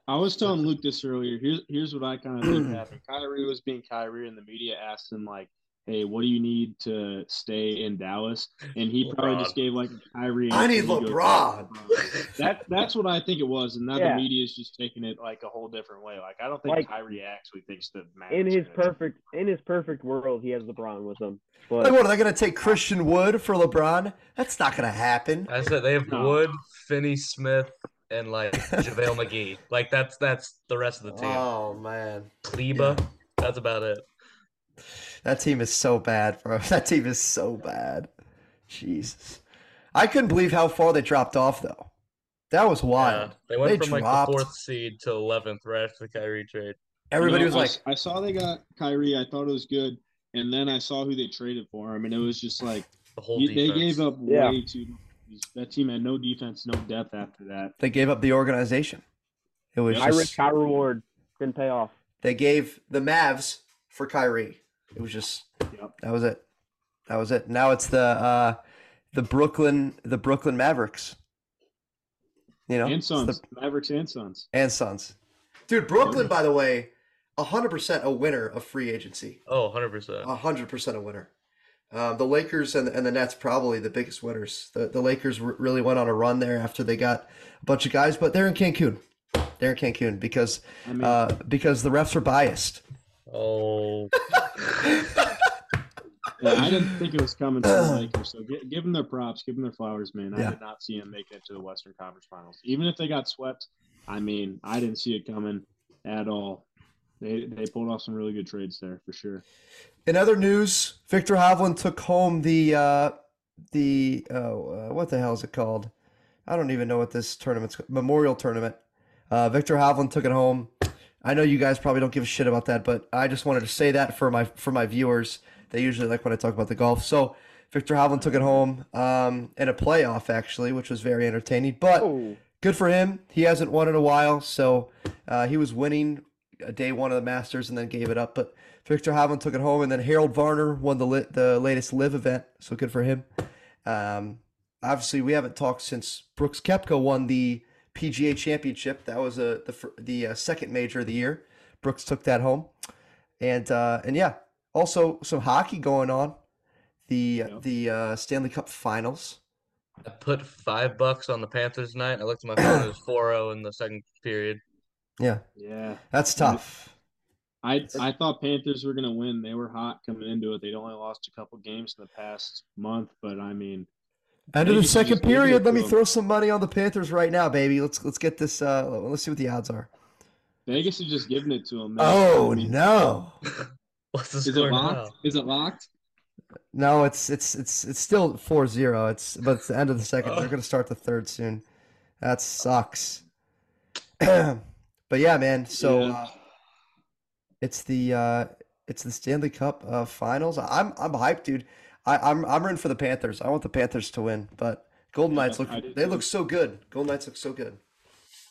Speaker 3: I was telling Luke this earlier. Here's here's what I kind of think happened. Kyrie was being Kyrie, and the media asked him like, "Hey, what do you need to stay in Dallas?" And he probably
Speaker 5: LeBron.
Speaker 3: just gave like Kyrie.
Speaker 2: I need
Speaker 3: and he goes,
Speaker 2: LeBron.
Speaker 3: That that's what I think it was, and now
Speaker 4: Yeah.
Speaker 3: the media is just taking it like a whole different way. Like I don't think
Speaker 4: Like-
Speaker 3: Kyrie actually thinks that Mavs
Speaker 4: In his
Speaker 3: are gonna-
Speaker 4: perfect, in his perfect world, he has LeBron with him.
Speaker 2: Like,
Speaker 4: But
Speaker 2: what, are they going to take Christian Wood for LeBron? That's not going to happen.
Speaker 5: I said they have
Speaker 3: No.
Speaker 5: Wood, Finney Smith, and like JaVale McGee. Like that's that's the rest of the team.
Speaker 2: Oh man,
Speaker 5: Kleba, that's about it.
Speaker 2: that team is so bad, bro. That team is so bad. Jesus, I couldn't believe how far they dropped off though. That was wild.
Speaker 5: Yeah, they went
Speaker 2: They
Speaker 5: from like
Speaker 2: dropped.
Speaker 5: the fourth seed to eleventh right after the Kyrie trade.
Speaker 2: Everybody
Speaker 3: You
Speaker 2: was
Speaker 3: know, I
Speaker 2: like,
Speaker 3: s- I saw they got Kyrie. I thought it was good, and then I saw who they traded for him, and it was just like
Speaker 5: The whole
Speaker 3: you- they
Speaker 5: defense.
Speaker 3: gave up
Speaker 4: Yeah.
Speaker 3: way too. much. That team had no defense, no depth after that.
Speaker 2: they gave up the organization. It was
Speaker 4: High
Speaker 2: just
Speaker 4: risk, high reward. Didn't pay off.
Speaker 2: they gave the Mavs for Kyrie. It was just
Speaker 3: Yep.
Speaker 2: that was it. That was it. Now it's the uh, the Brooklyn the Brooklyn Mavericks. You know,
Speaker 3: And
Speaker 2: it's the-
Speaker 3: Suns, Mavericks and Suns.
Speaker 2: and Suns. Dude, Brooklyn, by the way, hundred percent a winner of free agency.
Speaker 5: Oh, 100 percent.
Speaker 2: hundred percent a winner. Um, the Lakers and, and the Nets probably the biggest winners. The the Lakers re- really went on a run there after they got a bunch of guys, but they're in Cancun. They're in Cancun because
Speaker 3: I mean,
Speaker 2: uh, because the refs are biased.
Speaker 5: Oh,
Speaker 3: yeah, I didn't think it was coming from the Lakers. So gi- give them their props, give them their flowers, man. I
Speaker 2: Yeah.
Speaker 3: did not see them making it to the Western Conference Finals, even if they got swept. I mean, I didn't see it coming at all. They they pulled off some really good trades there for sure.
Speaker 2: In other news, Victor Hovland took home the uh, the oh, uh, what the hell is it called? I don't even know what this tournament's ca- Memorial Tournament. Uh, Victor Hovland took it home. I know you guys probably don't give a shit about that, but I just wanted to say that for my for my viewers. They usually like when I talk about the golf. So Victor Hovland took it home um, in a playoff actually, which was very entertaining. But
Speaker 4: Oh,
Speaker 2: good for him. He hasn't won in a while, so uh, he was winning uh, day one of the Masters and then gave it up. But Victor Hovland took it home, and then Harold Varner won the lit, the latest live event, so good for him. Um, obviously, we haven't talked since Brooks Kepka won the PGA Championship. That was uh, the fir- the uh, second major of the year. Brooks took that home, and uh, and yeah, also some hockey going on. The
Speaker 3: Yep.
Speaker 2: the uh, Stanley Cup Finals.
Speaker 5: I put five bucks on the Panthers tonight. I looked at my phone; it was 4-0 in the second period.
Speaker 3: Yeah,
Speaker 2: That's
Speaker 3: Yeah.
Speaker 2: tough.
Speaker 3: I I thought Panthers were gonna win. They were hot coming into it. They'd only lost a couple games in the past month, but I mean,
Speaker 2: End of
Speaker 3: Maybe
Speaker 2: the
Speaker 3: she
Speaker 2: second
Speaker 3: just gave it
Speaker 2: period. Let
Speaker 3: to
Speaker 2: me
Speaker 3: him.
Speaker 2: throw some money on the Panthers right now, baby. Let's let's get this. Uh, let's see what the odds are.
Speaker 3: Vegas is just giving it to them. man.
Speaker 2: Oh
Speaker 3: I mean,
Speaker 2: no,
Speaker 5: What's the
Speaker 3: Is
Speaker 5: score
Speaker 3: it
Speaker 5: now?
Speaker 3: locked? Is it locked?
Speaker 2: no, it's it's it's it's still 4-0. It's but it's the end of the second. They're
Speaker 5: Oh.
Speaker 2: gonna start the third soon. That sucks. but yeah, man. So
Speaker 3: Yeah.
Speaker 2: uh, it's the uh, it's the Stanley Cup uh, Finals. I'm I'm hyped, dude. I, I'm I'm rooting for the Panthers. I want the Panthers to win, but Golden
Speaker 3: Yeah,
Speaker 2: Knights look
Speaker 3: I do
Speaker 2: they
Speaker 3: too.
Speaker 2: look so good. Golden Knights look so good.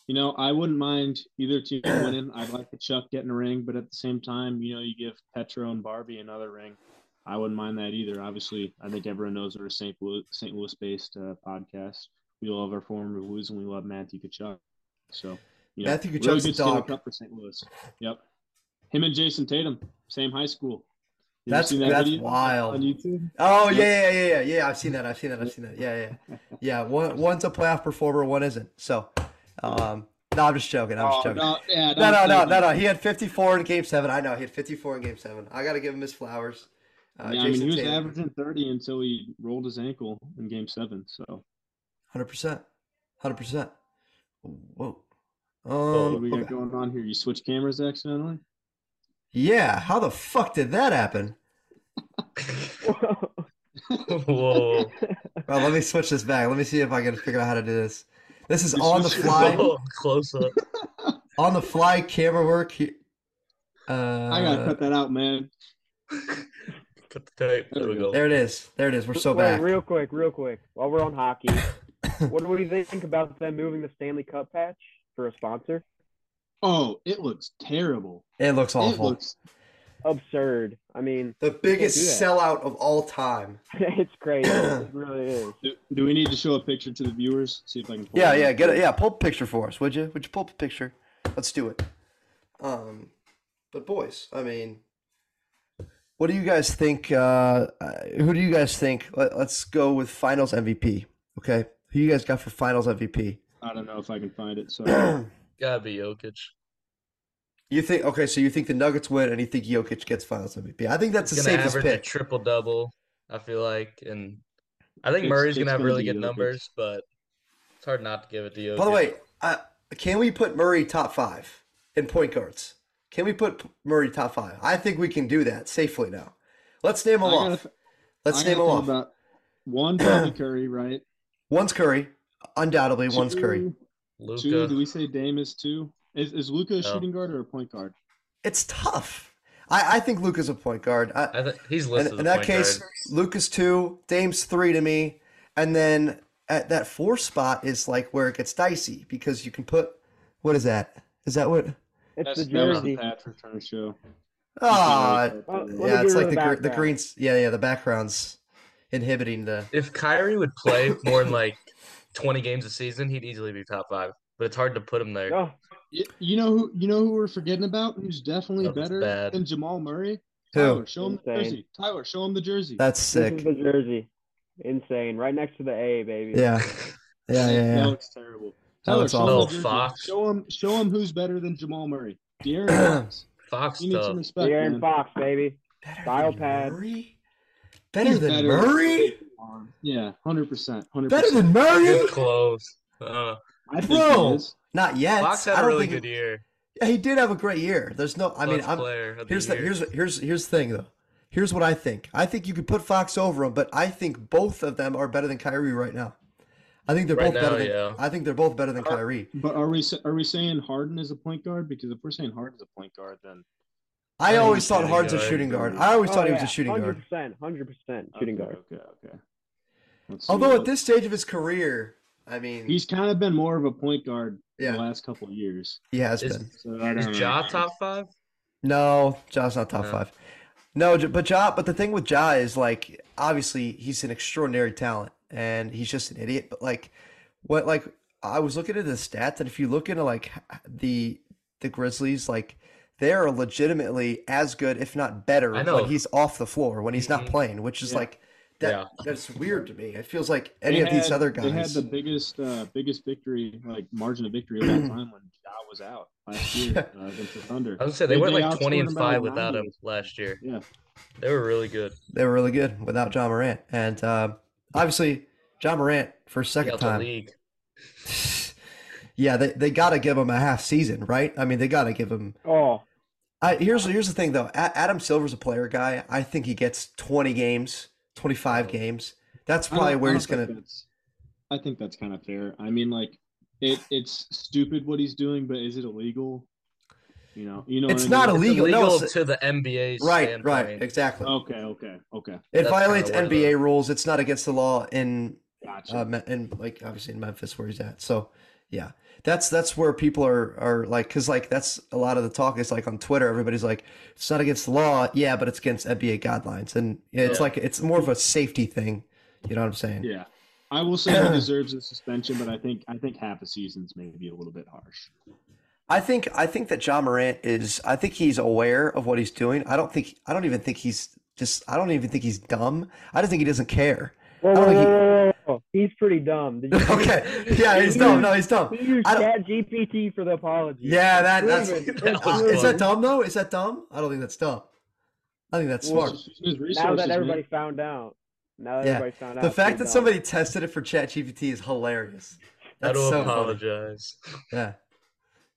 Speaker 3: You know, I wouldn't mind either team winning. I'd like the Chuck getting a ring, but at the same time, you know, you give Petro and Barbie another ring. I wouldn't mind that either. Obviously, I think everyone knows we're a St. Louis, St. Louis based uh, podcast. We love our former Blues and we love Matthew Kachuk. So, you know,
Speaker 2: Matthew
Speaker 3: really
Speaker 2: Kachuk's
Speaker 3: good
Speaker 2: a dog.
Speaker 3: Stanley Cup for St. Louis. Yep. Him and Jason Tatum, same high school. You ever
Speaker 2: That's-
Speaker 3: seen that
Speaker 2: that's
Speaker 3: video
Speaker 2: wild.
Speaker 3: On YouTube?
Speaker 2: Oh
Speaker 3: Yep.
Speaker 2: yeah, yeah, yeah, yeah, yeah. I've seen that. I've seen that. I've seen that. Yeah, yeah, yeah. yeah. One, one's a playoff performer, one isn't. So, um, no, I'm just joking. I'm just
Speaker 3: Oh,
Speaker 2: joking.
Speaker 3: no,
Speaker 2: No, no,
Speaker 3: yeah, don't
Speaker 2: no,
Speaker 3: say
Speaker 2: no,
Speaker 3: that.
Speaker 2: no. He had 54 in game seven. I know he had 54 in game seven. I gotta give him his flowers. Uh,
Speaker 3: yeah, I mean,
Speaker 2: Jason
Speaker 3: he was
Speaker 2: Tatum,
Speaker 3: averaging 30 until he rolled his ankle in game seven. So,
Speaker 2: 100, percent 100. percent Whoa. Um,
Speaker 5: Whoa,
Speaker 3: Oh, what we got
Speaker 2: okay.
Speaker 3: going on here? You switch cameras accidentally?
Speaker 2: Yeah. How the fuck did that happen?
Speaker 5: Whoa!
Speaker 2: Well, let me switch this back. Let me see if I can figure out how to do this. This is
Speaker 3: You
Speaker 2: on the
Speaker 3: switched it
Speaker 2: fly,
Speaker 5: Whoa, Oh, Close up.
Speaker 2: on the fly camera work. He- Uh,
Speaker 3: I gotta cut that out, man.
Speaker 5: Put the tape. There we go.
Speaker 2: There it is. There it is. We're so
Speaker 4: wait,
Speaker 2: back.
Speaker 4: real quick, real quick. While we're on hockey, what do you think about them moving the Stanley Cup patch for a sponsor?
Speaker 3: Oh, it looks terrible.
Speaker 2: It looks
Speaker 3: It
Speaker 2: awful.
Speaker 3: looks
Speaker 4: Absurd. I mean,
Speaker 2: the biggest
Speaker 4: do that.
Speaker 2: sellout of all time.
Speaker 4: it's crazy. it really is.
Speaker 3: do, do we need to show a picture to the viewers? See if I can pull
Speaker 2: Yeah,
Speaker 3: it
Speaker 2: yeah.
Speaker 3: up.
Speaker 2: Get it. Yeah, pull a picture for us, would you? Would you pull up a picture? Let's do it. Um, but boys, I mean, what do you guys think? Uh, uh, who do you guys think? Let, let's go with Finals MVP. Okay, who you guys got for Finals MVP?
Speaker 3: I don't know if I can find it. So
Speaker 5: Gotta be Jokic.
Speaker 2: you think? Okay, so you think the Nuggets win, and you think Jokic gets Finals MVP? I think that's the
Speaker 5: He's gonna
Speaker 2: safest
Speaker 5: average a
Speaker 2: pick.
Speaker 5: triple double. I feel like, and I think
Speaker 3: It's-
Speaker 5: Murray's gonna
Speaker 3: it's
Speaker 5: have
Speaker 3: gonna
Speaker 5: really
Speaker 3: be
Speaker 5: good
Speaker 3: Jokic.
Speaker 5: numbers, but it's hard not to give it to Jokic.
Speaker 2: By the way, Uh, can we put Murray top five in point guards? Can we put P- Murray top five? I think we can do that safely now. Let's name them
Speaker 3: I gotta
Speaker 2: off.
Speaker 3: th-
Speaker 2: Let's
Speaker 3: I
Speaker 2: name
Speaker 3: gotta
Speaker 2: them
Speaker 3: think
Speaker 2: off.
Speaker 3: about- one, probably Curry, right?
Speaker 2: one's Curry, undoubtedly. One's Curry.
Speaker 3: Two- Two, do
Speaker 5: Luca.
Speaker 3: we say Dame is two? Is, is Luca a
Speaker 5: No.
Speaker 3: shooting guard or a point guard?
Speaker 2: It's tough. I, I think Luca's a point guard. I,
Speaker 5: I think he's
Speaker 2: in,
Speaker 5: listed.
Speaker 2: in that case, Luca's two, Dame's three to me, and then at that four spot is like where it gets dicey because you can put what is that? Is that what?
Speaker 4: It's
Speaker 3: That's
Speaker 4: the
Speaker 3: that was
Speaker 4: jersey. Oh,
Speaker 3: the path we're trying to show.
Speaker 2: Ah,
Speaker 4: Well, let me
Speaker 2: yeah,
Speaker 4: get
Speaker 2: it's
Speaker 4: rid
Speaker 2: like
Speaker 4: of
Speaker 2: the gr- the
Speaker 4: the background.
Speaker 2: greens. Yeah, yeah, the background's inhibiting the.
Speaker 5: if Kyrie would play more than like 20 games a season, he'd easily be top five. But it's hard to put him there.
Speaker 4: Oh,
Speaker 3: Y- You know who? You know who we're forgetting about? Who's definitely
Speaker 5: That was
Speaker 3: better
Speaker 5: bad.
Speaker 3: than Jamal Murray?
Speaker 2: Who?
Speaker 3: Tyler, show him the
Speaker 4: Insane.
Speaker 3: jersey. Tyler, show him the jersey.
Speaker 2: That's
Speaker 4: this
Speaker 2: sick.
Speaker 4: is the jersey. Insane. Right next to the A, baby.
Speaker 2: Yeah, yeah, yeah,
Speaker 3: That
Speaker 2: yeah.
Speaker 3: looks terrible.
Speaker 2: That
Speaker 3: Tyler,
Speaker 2: looks
Speaker 3: show him
Speaker 2: awful.
Speaker 3: the jersey.
Speaker 5: Fox.
Speaker 3: Show him, show him who's better than Jamal Murray. De'Aaron Fox.
Speaker 5: Fox,
Speaker 3: You need some
Speaker 5: though.
Speaker 3: respect.
Speaker 4: De'Aaron
Speaker 3: man.
Speaker 4: Fox, baby.
Speaker 2: Better
Speaker 4: Dial
Speaker 2: than
Speaker 4: pad.
Speaker 2: Murray? Better
Speaker 3: He's
Speaker 2: than
Speaker 3: better than-
Speaker 2: Murray?
Speaker 3: Yeah, hundred percent. Hundred
Speaker 2: Better
Speaker 3: percent.
Speaker 2: than Murray?
Speaker 5: Good close. Uh,
Speaker 3: I think
Speaker 2: Bro.
Speaker 3: he is.
Speaker 2: Not yet.
Speaker 5: Fox
Speaker 2: I
Speaker 5: had a
Speaker 2: don't
Speaker 5: really
Speaker 2: think
Speaker 5: good year.
Speaker 2: Yeah, he did have a great year. There's no. I mean,
Speaker 5: Clutch
Speaker 2: I'm,
Speaker 5: player of
Speaker 2: here's
Speaker 5: the
Speaker 2: the
Speaker 5: year.
Speaker 2: here's here's here's the thing though. Here's what I think. I think you could put Fox over him, but I think both of them are better than Kyrie right now. I think they're
Speaker 5: Right
Speaker 2: both better
Speaker 5: now,
Speaker 2: than.
Speaker 5: yeah.
Speaker 2: I think they're both better than Kyrie.
Speaker 3: But are we sa- are we saying Harden is a point guard? Because if we're saying Harden's a point guard, then
Speaker 2: I
Speaker 5: I think
Speaker 2: always
Speaker 5: he's
Speaker 2: thought
Speaker 5: shooting
Speaker 2: Harden's a
Speaker 5: guard.
Speaker 2: shooting guard. I always
Speaker 4: Oh,
Speaker 2: thought he was a shooting guard.
Speaker 4: 100%, 100% shooting
Speaker 3: okay,
Speaker 4: guard.
Speaker 3: Okay, okay. Let's see
Speaker 2: Although at
Speaker 3: what-
Speaker 2: this stage of his career, I mean,
Speaker 3: he's kind of been more of a point guard
Speaker 2: Yeah.
Speaker 3: the last couple of years.
Speaker 2: he has
Speaker 5: Is,
Speaker 2: been.
Speaker 3: So I don't
Speaker 5: is Ja
Speaker 3: know.
Speaker 5: top five?
Speaker 2: No, Ja's not top
Speaker 5: No.
Speaker 2: five. No, J- but Ja. But the thing with Ja is like, obviously, he's an extraordinary talent, and he's just an idiot. But like, what like I was looking at the stats, and if you look into like h- the the Grizzlies, like they are legitimately as good, if not better,
Speaker 5: I know.
Speaker 2: when he's off the floor, when he's not
Speaker 5: Mhm.
Speaker 2: playing, which is
Speaker 3: Mm-hmm. Yeah.
Speaker 2: like that.
Speaker 5: Yeah.
Speaker 2: That's weird to me. It feels like
Speaker 3: They
Speaker 2: any of these
Speaker 3: had-
Speaker 2: other
Speaker 3: They had
Speaker 2: guys.
Speaker 3: the biggest uh, biggest victory, like margin of victory of all time when Ja was out last year uh, against the Thunder.
Speaker 5: I was gonna say they,
Speaker 3: They-
Speaker 5: went
Speaker 3: they
Speaker 5: like 20
Speaker 3: outscored
Speaker 5: and
Speaker 3: him by
Speaker 5: five
Speaker 3: like
Speaker 5: without
Speaker 3: 90.
Speaker 5: him last year.
Speaker 3: Yeah.
Speaker 5: They were really good.
Speaker 2: They were really good without John Morant, and um, obviously John Morant for a second
Speaker 5: Out the
Speaker 2: time.
Speaker 5: league.
Speaker 2: Yeah, they, they got to give him a half season, right? I mean, they got to give him.
Speaker 4: Oh,
Speaker 2: I, here's here's the thing though. A- Adam Silver's a player guy. I think he gets 20 games, 25 games. That's
Speaker 3: I don't-
Speaker 2: probably where
Speaker 3: I
Speaker 2: he's
Speaker 3: don't
Speaker 2: gonna.
Speaker 3: think that's- I think that's kind of fair. I mean, like it it's stupid what he's doing, but is it illegal? You know, you know. what
Speaker 2: It's
Speaker 3: I mean?
Speaker 2: not
Speaker 5: It's
Speaker 2: illegal. No,
Speaker 5: illegal
Speaker 2: it's-
Speaker 5: to the NBA.
Speaker 2: Right,
Speaker 5: standpoint.
Speaker 2: right, exactly.
Speaker 3: Okay, okay, okay.
Speaker 2: it
Speaker 5: that's kinda
Speaker 2: violates
Speaker 5: where the-
Speaker 2: NBA rules. It's not against the law in
Speaker 3: Gotcha.
Speaker 2: uh, Me- in like obviously in Memphis where he's at. So yeah, that's that's where people are are like because like that's a lot of the talk is like on Twitter. Everybody's like, it's not against the law, yeah, but it's against NBA guidelines, and yeah, it's
Speaker 5: Yeah.
Speaker 2: like it's more of a safety thing. You know what I'm saying?
Speaker 3: yeah, I will say he deserves a suspension, but I think I think half a season's maybe a little bit harsh.
Speaker 2: I think I think that John Morant is I think he's aware of what he's doing. I don't think I don't even think he's just I don't even think he's dumb. I just think he doesn't care.
Speaker 4: whoa,
Speaker 2: don't
Speaker 4: whoa,
Speaker 2: think Oh, he-
Speaker 4: whoa, whoa, whoa. he's pretty dumb. Did you see-
Speaker 2: okay. Yeah, he's dumb. No, he's dumb.
Speaker 4: He used
Speaker 2: I don't-
Speaker 4: Chat GPT for the apology.
Speaker 2: Yeah, that that's
Speaker 4: Proven.
Speaker 5: That
Speaker 2: Uh,
Speaker 5: was
Speaker 2: is that
Speaker 5: fun.
Speaker 2: dumb though? Is that dumb? I don't think that's dumb. I think that's
Speaker 4: Well,
Speaker 2: smart.
Speaker 3: It's just his
Speaker 4: Now
Speaker 3: resources,
Speaker 4: that
Speaker 3: man.
Speaker 4: everybody found out. Now that
Speaker 2: Yeah.
Speaker 4: everybody found out.
Speaker 2: The fact
Speaker 4: pretty
Speaker 2: that
Speaker 4: dumb.
Speaker 2: somebody tested it for ChatGPT is hilarious.
Speaker 5: I
Speaker 2: That's
Speaker 5: do
Speaker 2: so funny.
Speaker 5: apologize.
Speaker 2: Yeah.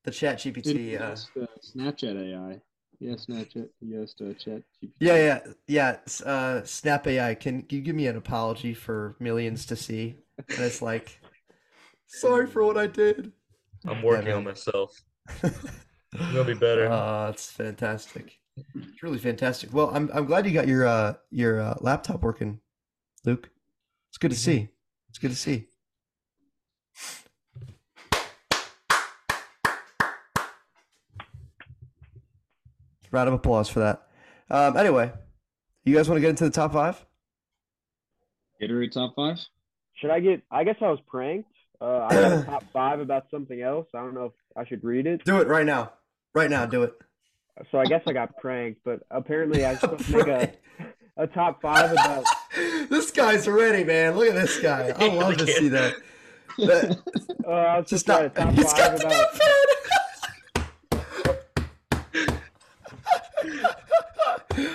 Speaker 2: The
Speaker 3: Did
Speaker 2: ChatGPT. Uh,
Speaker 3: yes, uh, Snapchat AI. Yes, Snapchat. Yes, uh, Chat. GPT.
Speaker 2: yeah, yeah, yeah. s- Uh, Snap AI, can you give me an apology for millions to see? And it's like, sorry for what I did.
Speaker 5: I'm working on
Speaker 2: man.
Speaker 5: myself. I'm gonna be better.
Speaker 2: Uh, it's fantastic. It's really fantastic. Well, I'm I'm glad you got your uh your uh, laptop working, Luke. It's good to see. It's good to see. Round of applause for that. Um, anyway, you guys want to get into the top five?
Speaker 3: Gatorade top five.
Speaker 4: Should I get? I guess I was pranked. Uh, I got a top five about something else. I don't know if I should read it.
Speaker 2: Do it right now. Right now, do it.
Speaker 4: So I guess I got pranked, but apparently I supposed
Speaker 2: Oh
Speaker 4: to make a, a top five about.
Speaker 2: this guy's ready, man. Look at this guy. I love to see that. That-
Speaker 4: Uh, I was
Speaker 2: Just
Speaker 4: just trying
Speaker 2: not.
Speaker 4: to top
Speaker 2: He's got
Speaker 4: five
Speaker 2: the
Speaker 4: about.
Speaker 2: notepad.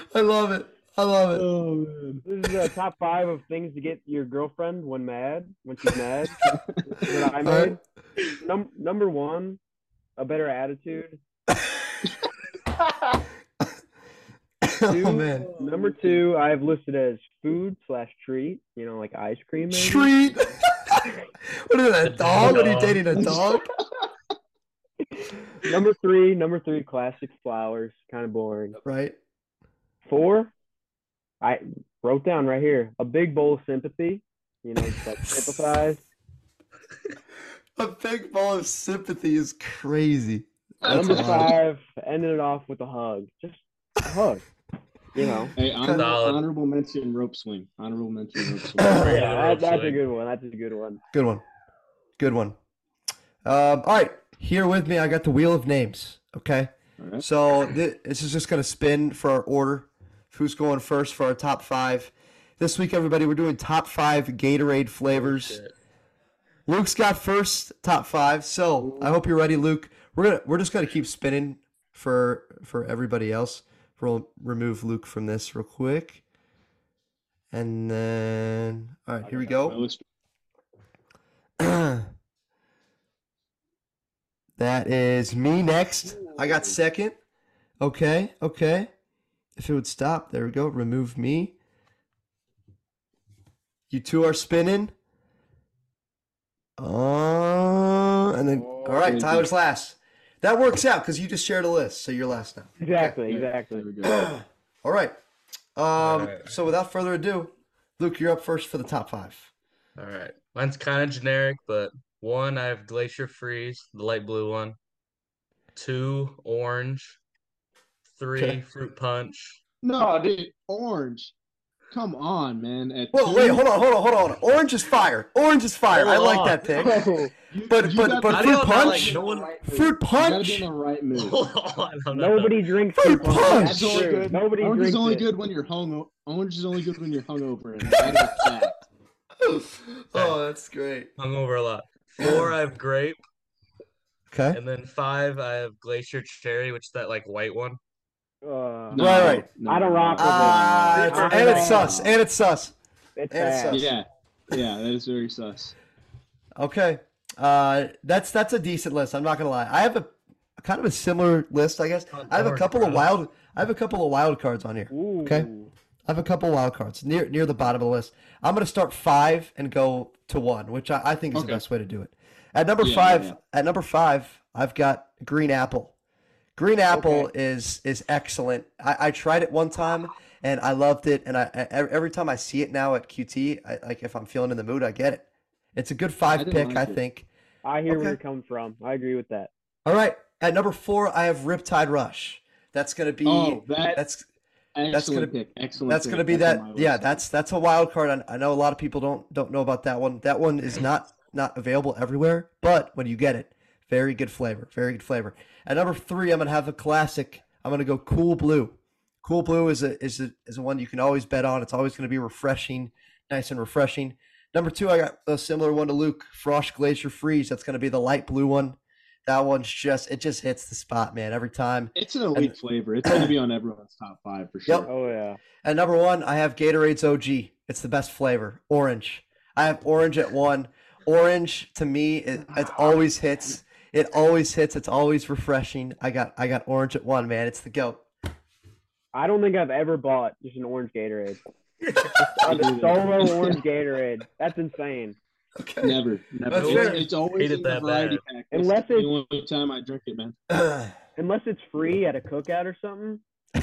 Speaker 2: I love it. I love it.
Speaker 3: Oh man.
Speaker 4: This is a top five of things to get your girlfriend when mad, when she's mad. what I
Speaker 2: All right.
Speaker 4: made. Num- number one, a better attitude.
Speaker 2: Oh
Speaker 4: Two-
Speaker 2: man.
Speaker 4: Number two, I have listed as food slash treat. You know, like ice cream. maybe.
Speaker 2: Treat. what is that? A
Speaker 5: A
Speaker 2: dog? What are you
Speaker 5: dog.
Speaker 2: dating? A dog?
Speaker 4: Number three, number three, classic flowers. Kind of boring.
Speaker 2: Right.
Speaker 4: Four, I wrote down right here a big bowl of sympathy. You know, just like sympathize.
Speaker 2: A big ball of sympathy is crazy.
Speaker 4: number
Speaker 2: wild.
Speaker 4: five, ended it off with a hug. Just a hug. You know,
Speaker 3: Hey, honorable,
Speaker 5: Solid.
Speaker 3: honorable mention rope swing. Honorable mention rope
Speaker 2: Yeah,
Speaker 3: swing.
Speaker 4: yeah,
Speaker 5: Yeah,
Speaker 4: that- that's a
Speaker 5: absolutely.
Speaker 4: good one. That's a good one.
Speaker 2: Good one. Good one. Um, all right. Here with me, I got the wheel of names. Okay.
Speaker 3: All right.
Speaker 2: So thi- this is just going to spin for our order. Who's going first for our top five? This week, everybody, we're doing top five Gatorade flavors.
Speaker 5: Shit.
Speaker 2: Luke's got first top five. So I hope you're ready, Luke. We're gonna we're just gonna keep spinning for for everybody else. We'll remove Luke from this real quick. And then all right, here we
Speaker 3: My
Speaker 2: go.
Speaker 3: list-
Speaker 2: that is me next. I got second. Okay, okay. If it would stop, there we go. Remove me. You two are spinning. Uh, and then
Speaker 5: Oh,
Speaker 2: all right,
Speaker 3: Okay.
Speaker 2: Tyler's last. That works out because you just shared a list, so you're last now.
Speaker 4: Exactly,
Speaker 3: Yeah,
Speaker 4: exactly.
Speaker 3: There we go.
Speaker 2: All right. Um,
Speaker 5: All right.
Speaker 2: So without further ado, Luke, you're up first for the top five.
Speaker 5: All right. Mine's kind of generic, but one, I have Glacier Freeze, the light blue one. Two, Orange. Three,
Speaker 2: Okay.
Speaker 5: Fruit Punch.
Speaker 3: No, dude, orange. Come on, man. At
Speaker 2: Whoa, wait, hold on, hold on, hold on. Orange is fire. Orange is fire. I
Speaker 5: Hold
Speaker 2: like
Speaker 5: on.
Speaker 2: that pick.
Speaker 4: Oh,
Speaker 3: You-
Speaker 2: But-
Speaker 3: you
Speaker 2: but-
Speaker 3: gotta
Speaker 2: but
Speaker 3: be
Speaker 5: How
Speaker 3: in
Speaker 2: fruit
Speaker 5: do y'all not, like,
Speaker 2: punch?
Speaker 5: no one.
Speaker 3: the right mood.
Speaker 2: Fruit
Speaker 3: You gotta be
Speaker 2: punch.
Speaker 3: in the right mood.
Speaker 5: Hold on. I'm not
Speaker 4: Nobody drinks
Speaker 2: Fruit
Speaker 4: fruit punch.
Speaker 2: punch!
Speaker 4: That's true.
Speaker 3: Good.
Speaker 4: Nobody
Speaker 3: Orange
Speaker 4: drinks
Speaker 3: is only
Speaker 4: it.
Speaker 3: good when you're hungover. Orange is only good when you're hungover. And that is a fact.
Speaker 2: oh, that's great.
Speaker 5: done. hungover a lot. Four, I have Grape.
Speaker 2: Okay.
Speaker 5: And then five, I have Glacier Cherry, which is that like white one.
Speaker 4: Uh,
Speaker 2: No. Right, right.
Speaker 3: no,
Speaker 4: I don't
Speaker 3: no,
Speaker 4: rock
Speaker 3: no.
Speaker 4: with
Speaker 2: Ah,
Speaker 4: it.
Speaker 2: it's- and it's sus. And it's sus.
Speaker 4: It's
Speaker 2: It's
Speaker 4: bad.
Speaker 2: sus.
Speaker 3: Yeah, yeah, that is very sus.
Speaker 2: Okay. Uh, that's that's a decent list. I'm not gonna lie. I have a kind of a similar list, I guess. I have a
Speaker 5: Darn,
Speaker 2: couple of
Speaker 5: bro.
Speaker 2: wild. I have a couple of wild cards on here.
Speaker 4: Ooh.
Speaker 2: Okay. I have a couple wild cards near near the bottom of the list. I'm gonna start five and go to one, which I, I think is
Speaker 3: Okay.
Speaker 2: the best way to do it. At number
Speaker 3: Yeah, yeah,
Speaker 2: five,
Speaker 3: yeah.
Speaker 2: at number five, I've got green apple. Green apple is is excellent. I, I tried it one time and I loved it, and I, I ev- every time I see it now at QT, I, like if I'm feeling in the mood, I get it. It's a good five
Speaker 3: didn't
Speaker 2: pick,
Speaker 3: like
Speaker 2: I
Speaker 3: it.
Speaker 2: think.
Speaker 4: I hear where
Speaker 2: Okay.
Speaker 4: you're coming from. I agree with that.
Speaker 2: All right, at number four, I have Riptide Rush. That's gonna be
Speaker 3: Oh, that
Speaker 2: that's
Speaker 3: excellent
Speaker 2: that's gonna-
Speaker 3: pick. Excellent.
Speaker 2: that's gonna
Speaker 3: pick.
Speaker 2: be
Speaker 3: on my
Speaker 2: that.
Speaker 3: list.
Speaker 2: Yeah, that's that's a wild card. I, I know a lot of people don't don't know about that one. That one is not not available everywhere, but when you get it, very good flavor, very good flavor. At number three, I'm gonna have a classic. I'm gonna go Cool Blue. Cool Blue is a is a is a one you can always bet on. It's always gonna be refreshing, nice and refreshing. Number two, I got a similar one to Luke, Frost Glacier Freeze. That's gonna be the light blue one. That one's just it just hits the spot, man, every time.
Speaker 3: It's an elite flavor. It's gonna be on everyone's top five for sure.
Speaker 4: Oh yeah.
Speaker 2: At number one, I have Gatorade's OG. It's the best flavor, orange. I have orange at one. Orange to me, it, it always hits. It always hits. It's always refreshing. I got I got orange at one, man. It's the goat.
Speaker 4: I don't think I've ever bought just an orange Gatorade.
Speaker 3: I
Speaker 4: A
Speaker 3: do
Speaker 4: solo
Speaker 3: that.
Speaker 4: orange Gatorade. That's insane.
Speaker 2: Okay.
Speaker 3: Never, never.
Speaker 2: That's
Speaker 3: It's-
Speaker 2: fair.
Speaker 3: It's always
Speaker 5: Hate it
Speaker 3: in the
Speaker 5: that
Speaker 3: variety pack. That's
Speaker 4: Unless
Speaker 3: the
Speaker 4: it's-
Speaker 3: only time I drink it, man.
Speaker 4: Unless it's free at a cookout or something.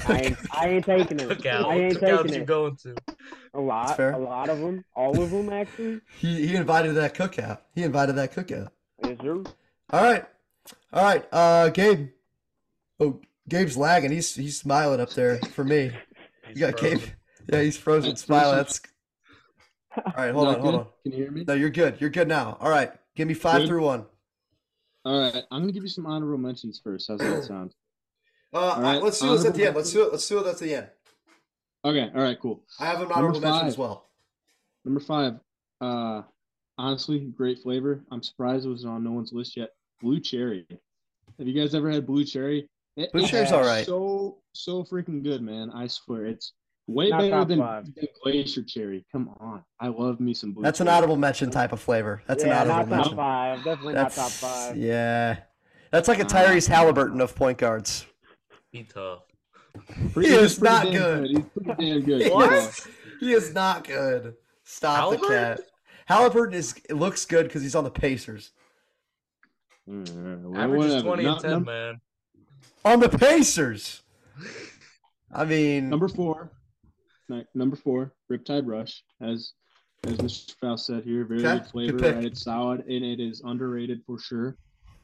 Speaker 4: I ain't, I ain't taking it.
Speaker 5: Cookout.
Speaker 4: I ain't
Speaker 5: Cookout
Speaker 4: taking
Speaker 5: you
Speaker 4: it.
Speaker 5: going to.
Speaker 4: A
Speaker 2: That's
Speaker 4: lot,
Speaker 2: fair.
Speaker 4: a lot of them, all of them actually.
Speaker 2: he he invited that cookout. He invited that cookout.
Speaker 4: Is there?
Speaker 2: All right, all right. Uh, Gabe. Oh, Gabe's lagging. He's he's smiling up there for me.
Speaker 5: He's
Speaker 2: You got
Speaker 5: frozen.
Speaker 2: Gabe. Yeah, he's frozen,
Speaker 3: That's
Speaker 2: smiling.
Speaker 3: frozen.
Speaker 2: That's. All right, hold
Speaker 3: Not
Speaker 2: on, hold
Speaker 3: good?
Speaker 2: on.
Speaker 3: Can you hear me?
Speaker 2: No, you're good. You're good now. All right, give me five
Speaker 3: Good?
Speaker 2: through one.
Speaker 3: All right, I'm gonna give you some honorable mentions first. How's that sound?
Speaker 2: Uh, all
Speaker 3: right,
Speaker 2: let's do this at the
Speaker 3: honorable
Speaker 2: end. Let's do it. Let's do it at the end.
Speaker 3: Okay, all right, cool.
Speaker 2: I have an
Speaker 3: Number
Speaker 2: honorable mention
Speaker 3: five.
Speaker 2: as well.
Speaker 3: Number five, uh, honestly, great flavor. I'm surprised it was on no one's list yet. Blue cherry. Have you guys ever had blue cherry? It-
Speaker 2: Blue
Speaker 3: it's
Speaker 2: cherry's all right.
Speaker 3: So so freaking good, man. I swear, it's Way
Speaker 4: Not
Speaker 3: better
Speaker 4: top
Speaker 3: than,
Speaker 4: five.
Speaker 3: than Glacier Cherry. Come on. I love me some blue.
Speaker 2: That's an
Speaker 3: cherry.
Speaker 2: audible mention type of flavor. That's
Speaker 4: yeah,
Speaker 2: an
Speaker 4: not
Speaker 2: audible
Speaker 4: top
Speaker 2: mention.
Speaker 4: five. Definitely
Speaker 2: That's
Speaker 4: not top five.
Speaker 2: yeah. That's like a Tyrese Halliburton of point guards.
Speaker 5: He tough.
Speaker 3: Pretty-
Speaker 2: He
Speaker 3: he's
Speaker 2: is
Speaker 3: pretty
Speaker 2: not
Speaker 3: damn
Speaker 2: good.
Speaker 3: He's pretty damn good.
Speaker 2: What?
Speaker 3: Come on.
Speaker 2: He is not good. Stop the cat.
Speaker 5: Halliburton?
Speaker 2: Halliburton is it looks good because he's on the Pacers.
Speaker 3: Mm, well,
Speaker 5: Average is
Speaker 3: whatever.
Speaker 5: 20
Speaker 3: Num-
Speaker 5: and 10,
Speaker 3: num-
Speaker 5: man.
Speaker 2: On the Pacers. I mean,
Speaker 3: Number four, ni- number four, Riptide Rush, as as Mr. Faust said here, very
Speaker 2: Okay,
Speaker 3: good
Speaker 2: good
Speaker 3: flavor,
Speaker 2: pick.
Speaker 3: and it's solid, and it is underrated for sure.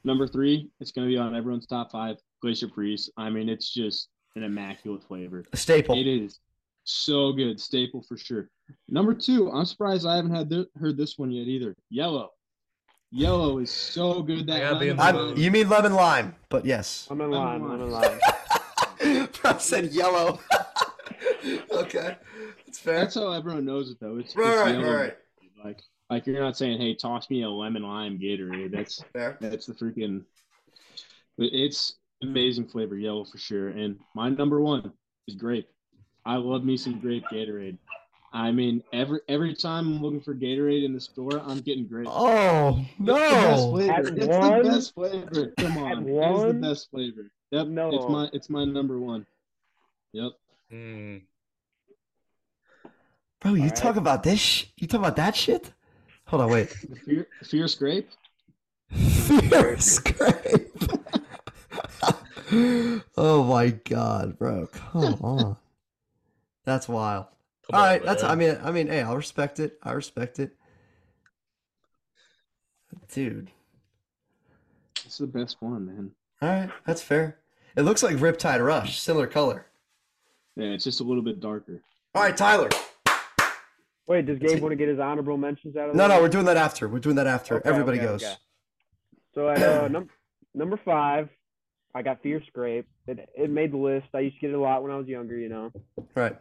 Speaker 3: Number three, it's going to be on everyone's top five, Glacier Freeze. I mean, it's just an immaculate flavor.
Speaker 2: a staple.
Speaker 3: It is so good, staple for sure. Number two, I'm surprised I haven't had th- heard this one yet either. Yellow, yellow is so good. That
Speaker 5: I gotta be in the
Speaker 3: lemon-
Speaker 5: mood.
Speaker 2: I'm, you mean lemon lime, but yes.
Speaker 4: I'm in
Speaker 3: Number
Speaker 4: line.
Speaker 3: one.
Speaker 4: I'm in line.
Speaker 2: I said yellow. okay, it's fair.
Speaker 3: That's how everyone knows it though. It's,
Speaker 2: Right,
Speaker 3: it's
Speaker 2: right,
Speaker 3: yellow.
Speaker 2: right.
Speaker 3: Like, like you're not saying, "Hey, toss me a lemon lime Gatorade." That's
Speaker 2: fair.
Speaker 3: that's the freaking. It's amazing flavor, yellow for sure. And my number one is grape. I love me some grape Gatorade. I mean, every every time I'm looking for Gatorade in the store, I'm getting grape.
Speaker 2: Oh
Speaker 3: It's
Speaker 2: no!
Speaker 3: the
Speaker 4: At
Speaker 3: best flavor. It's
Speaker 4: one?
Speaker 3: the best flavor. Come on, it is the
Speaker 4: one?
Speaker 3: best flavor. Yep,
Speaker 4: No.
Speaker 3: it's my it's my number one. Yep.
Speaker 5: Hmm.
Speaker 2: Bro, you
Speaker 4: Alright.
Speaker 2: talk about this? Sh- you talk about that shit? Hold on, wait.
Speaker 3: Fier- Fierce grape.
Speaker 2: Fierce grape. oh my god, bro! Come on, that's wild.
Speaker 5: Come
Speaker 2: All
Speaker 5: on,
Speaker 2: right, that's.
Speaker 5: man.
Speaker 2: I mean, I mean, hey, I'll respect it. I respect it, dude.
Speaker 3: It's the best one, man.
Speaker 2: All right, that's fair. It looks like Riptide Rush, similar color.
Speaker 3: Yeah, it's just a little bit darker.
Speaker 2: All right, Tyler.
Speaker 4: Wait, does Gabe
Speaker 2: That's-
Speaker 4: want to get his honorable mentions out of
Speaker 2: No,
Speaker 4: the
Speaker 2: no,
Speaker 4: way?
Speaker 2: we're doing that after. We're doing that after.
Speaker 4: Okay,
Speaker 2: Everybody
Speaker 4: okay,
Speaker 2: goes.
Speaker 4: okay. So at uh, num- number five, I got Fierce Grape. It it made the list. I used to get it a lot when I was younger, you know.
Speaker 2: Right.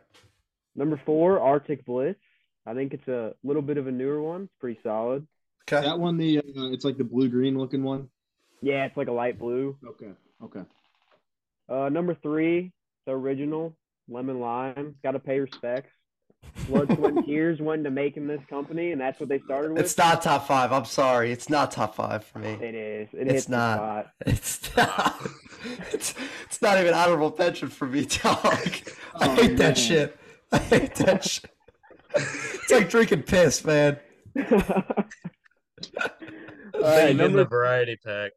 Speaker 4: Number four, Arctic Blitz. I think it's a little bit of a newer one. It's pretty solid.
Speaker 2: Okay.
Speaker 3: That one, the uh, it's like the blue green looking one.
Speaker 4: Yeah, it's like a light blue.
Speaker 3: Okay. Okay.
Speaker 4: Uh, number three, the original lemon lime. Got to pay respects. Blood, sweat, and tears went into making this company, and that's what they started with.
Speaker 2: It's not top five. I'm sorry. It's not top five for me.
Speaker 4: It is. It
Speaker 2: It's
Speaker 4: hits the
Speaker 2: not.
Speaker 4: spot.
Speaker 2: It's not. It's, it's not even honorable mention for me, dog. I
Speaker 3: Oh,
Speaker 2: hate
Speaker 3: man.
Speaker 2: that shit. I hate that shit. It's like drinking piss, man.
Speaker 4: All right,
Speaker 5: Should have been the
Speaker 4: number
Speaker 5: variety pack.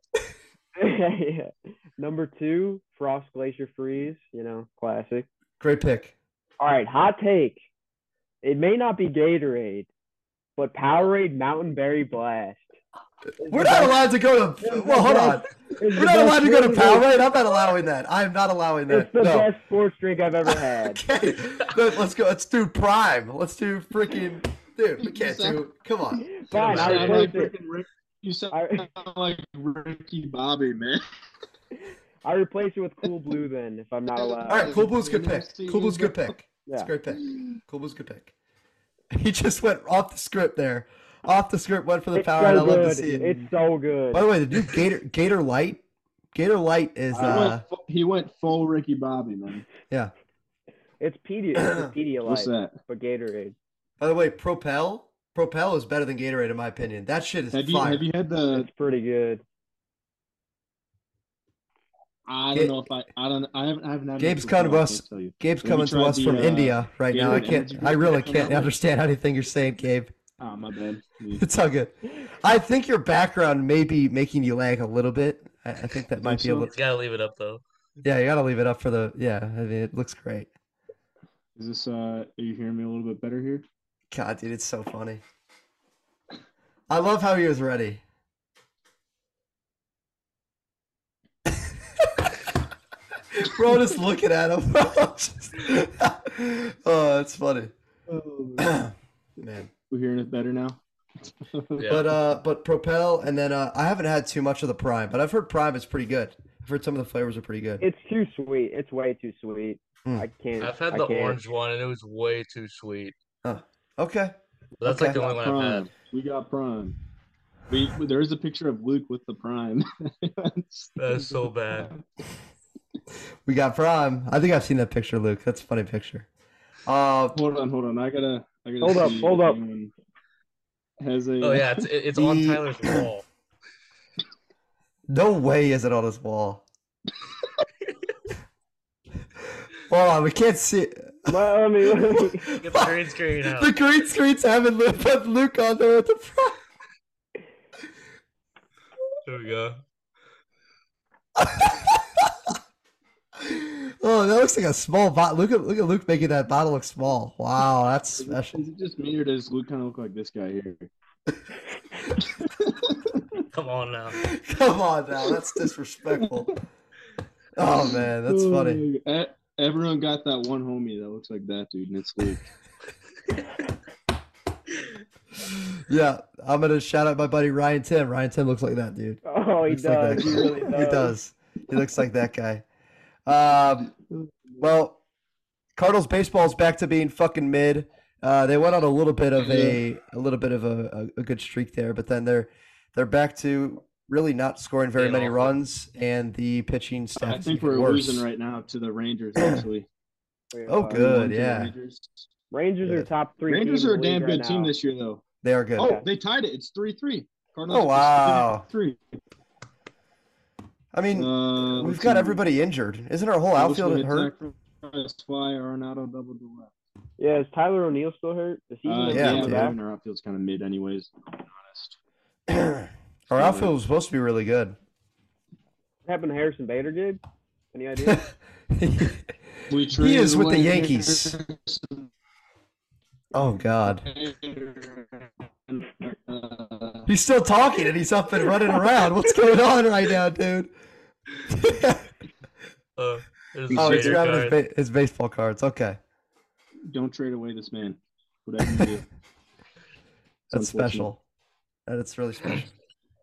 Speaker 4: yeah. number two, Frost Glacier Freeze. You know, classic.
Speaker 2: Great pick.
Speaker 4: All right, hot take. It may not be Gatorade, but Powerade Mountain Berry Blast.
Speaker 2: We're not allowed to go to. Well, hold on.
Speaker 4: It's
Speaker 2: We're
Speaker 4: the
Speaker 2: not
Speaker 4: best
Speaker 2: allowed to go to
Speaker 4: sports
Speaker 2: Powerade. I'm not allowing that. I am not allowing
Speaker 4: drink-
Speaker 2: that.
Speaker 4: It's the
Speaker 2: no.
Speaker 4: best sports drink I've ever had.
Speaker 2: Okay, Let- let's go. Let's do Prime. Let's do freaking dude. We can't do. Come on.
Speaker 4: Fine,
Speaker 5: I
Speaker 3: you
Speaker 4: I'll
Speaker 5: sound
Speaker 3: sound like
Speaker 4: replace it.
Speaker 3: freaking Rick. You sound
Speaker 4: I-
Speaker 3: like Ricky Bobby, man.
Speaker 4: I replace it with Cool Blue then, if I'm not allowed.
Speaker 2: All right, Cool Blue's good pick. Cool Blue's good pick. It's a
Speaker 4: Yeah.
Speaker 2: great pick. Cool Blue's good pick. He just went off the script there. Off the script, went for the
Speaker 4: It's
Speaker 2: power. and I
Speaker 4: so
Speaker 2: love to
Speaker 4: good.
Speaker 2: see it.
Speaker 4: It's so good.
Speaker 2: By the way, the new Gator Gator Light. Gator Light is
Speaker 3: He,
Speaker 2: uh
Speaker 3: went, fu- he went full Ricky Bobby, man.
Speaker 2: yeah.
Speaker 4: It's Pedi- it's
Speaker 3: What's
Speaker 4: Pedialyte,
Speaker 3: that?
Speaker 4: but Gatorade.
Speaker 2: By the way, Propel. Propel is better than Gatorade in my opinion. That shit is
Speaker 3: Have you
Speaker 2: fire.
Speaker 3: have you had the?
Speaker 4: It's pretty good.
Speaker 3: I don't know if I I don't I haven't I haven't had.
Speaker 2: Gabe's
Speaker 3: it
Speaker 2: kind of
Speaker 3: before, I
Speaker 2: us-
Speaker 3: can't tell you.
Speaker 2: Gabe's
Speaker 3: Have you
Speaker 2: coming to
Speaker 3: tried
Speaker 2: us
Speaker 3: the,
Speaker 2: from
Speaker 3: uh,
Speaker 2: India right now. I
Speaker 3: Gatorade
Speaker 2: can't.
Speaker 3: energy
Speaker 2: I really
Speaker 3: drink?
Speaker 2: can't understand anything you're saying, Gabe.
Speaker 3: Ah, my bad.
Speaker 2: It's all good. I think your background may be making you lag a little bit. I, I think that might be a
Speaker 3: so?
Speaker 2: little.
Speaker 5: He's gotta leave it up though.
Speaker 2: Yeah, you gotta leave it up for the. Yeah, I mean, it looks great.
Speaker 3: Is this uh? Are you hearing me a little bit better here?
Speaker 2: God, dude, it's so funny. I love how he was ready. Bro, just looking at him. Just- oh, that's funny, Oh. man.
Speaker 3: We're hearing it better now.
Speaker 5: Yeah.
Speaker 2: But uh, but Propel, and then uh, I haven't had too much of the Prime, but I've heard Prime is pretty good. I've heard some of the flavors are pretty good.
Speaker 4: It's too sweet. It's way too sweet.
Speaker 2: Mm.
Speaker 4: I can't.
Speaker 5: I've had
Speaker 4: I
Speaker 5: the
Speaker 4: can't.
Speaker 5: orange one and it was way too sweet.
Speaker 2: Okay.
Speaker 5: But that's like
Speaker 2: Okay.
Speaker 5: the only one I've
Speaker 3: prime.
Speaker 5: had.
Speaker 3: We got prime. We there is a picture of Luke with the prime.
Speaker 5: That's so bad.
Speaker 2: We got Prime. I think I've seen that picture, Luke. That's a funny picture. Uh,
Speaker 3: Hold on, hold on. I gotta, I gotta.
Speaker 4: Hold up,
Speaker 3: see
Speaker 4: hold
Speaker 3: if
Speaker 4: up.
Speaker 3: anyone Has a
Speaker 5: Oh yeah, it's it- it's on
Speaker 2: The-
Speaker 5: Tyler's wall.
Speaker 2: no way is it on his wall. Hold on, we can't see. it.
Speaker 4: Well, let me, let me-
Speaker 5: Get the green screen out.
Speaker 2: The green screen's having Luke, put Luke on there at the front.
Speaker 5: There we go.
Speaker 2: Oh, that looks like a small bottle. Look at look at Luke making that bottle look small. Wow, that's
Speaker 3: Is it-
Speaker 2: special.
Speaker 3: Is it just me or does Luke kind of look like this guy here?
Speaker 5: Come on now.
Speaker 2: Come on now, that's disrespectful. Oh man, that's funny.
Speaker 3: Eh, Everyone got that one homie that looks like that dude, and it's Luke.
Speaker 2: Yeah, I'm gonna shout out my buddy Ryan Tim. Ryan Tim looks like that dude.
Speaker 4: oh, he
Speaker 2: Looks like
Speaker 4: does.
Speaker 2: that
Speaker 4: He
Speaker 2: guy.
Speaker 4: really does.
Speaker 2: He does. He looks like that guy. Um, well, Cardinals baseball is back to being fucking mid. Uh, they went on a little bit of a
Speaker 3: Mm-hmm.
Speaker 2: a little bit of a, a, a good streak there, but then they're they're back to really not scoring very
Speaker 5: Being
Speaker 2: many
Speaker 5: awful.
Speaker 2: runs, and the pitching staff.
Speaker 3: I
Speaker 2: is
Speaker 3: think
Speaker 2: even
Speaker 3: we're
Speaker 2: worse.
Speaker 3: losing right now to the Rangers. Actually,
Speaker 4: We
Speaker 2: Oh,
Speaker 3: Are
Speaker 4: are.
Speaker 3: we losing
Speaker 2: good,
Speaker 3: to the
Speaker 2: yeah.
Speaker 3: Rangers?
Speaker 4: Rangers are
Speaker 2: Good.
Speaker 4: top three.
Speaker 3: Rangers
Speaker 4: team
Speaker 3: are
Speaker 4: in
Speaker 3: a
Speaker 4: the
Speaker 3: damn
Speaker 4: league
Speaker 3: good
Speaker 4: right
Speaker 3: team
Speaker 4: now.
Speaker 3: this year, though.
Speaker 2: They are good.
Speaker 3: Oh, they tied it. It's three three.
Speaker 2: Oh, wow.
Speaker 3: Three.
Speaker 2: I mean,
Speaker 3: uh,
Speaker 2: we've got everybody injured. Isn't our whole outfield hurt?
Speaker 3: That's why Arenado doubled the left.
Speaker 4: Yeah, is Tyler O'Neill still hurt? Is he
Speaker 3: Uh,
Speaker 4: even
Speaker 2: yeah,
Speaker 3: yeah,
Speaker 4: coming
Speaker 2: dude.
Speaker 4: back?
Speaker 3: Gavin, our outfield's kind of mid, anyways. To be honest.
Speaker 2: our outfield was supposed to be really good.
Speaker 4: What happened to Harrison Bader, Gabe? Any idea?
Speaker 3: We
Speaker 2: He is
Speaker 3: traded
Speaker 2: with the
Speaker 3: away
Speaker 2: Yankees. oh God,
Speaker 3: Uh,
Speaker 2: he's still talking and he's up and running around. What's going on right now, dude?
Speaker 5: Uh, there's
Speaker 2: oh, he's
Speaker 5: Vader
Speaker 2: grabbing his,
Speaker 5: card.
Speaker 2: ba- his baseball cards. Okay,
Speaker 3: Don't trade away this man. Whatever you do.
Speaker 2: that's
Speaker 3: It's unfortunate.
Speaker 2: special. That it's really special.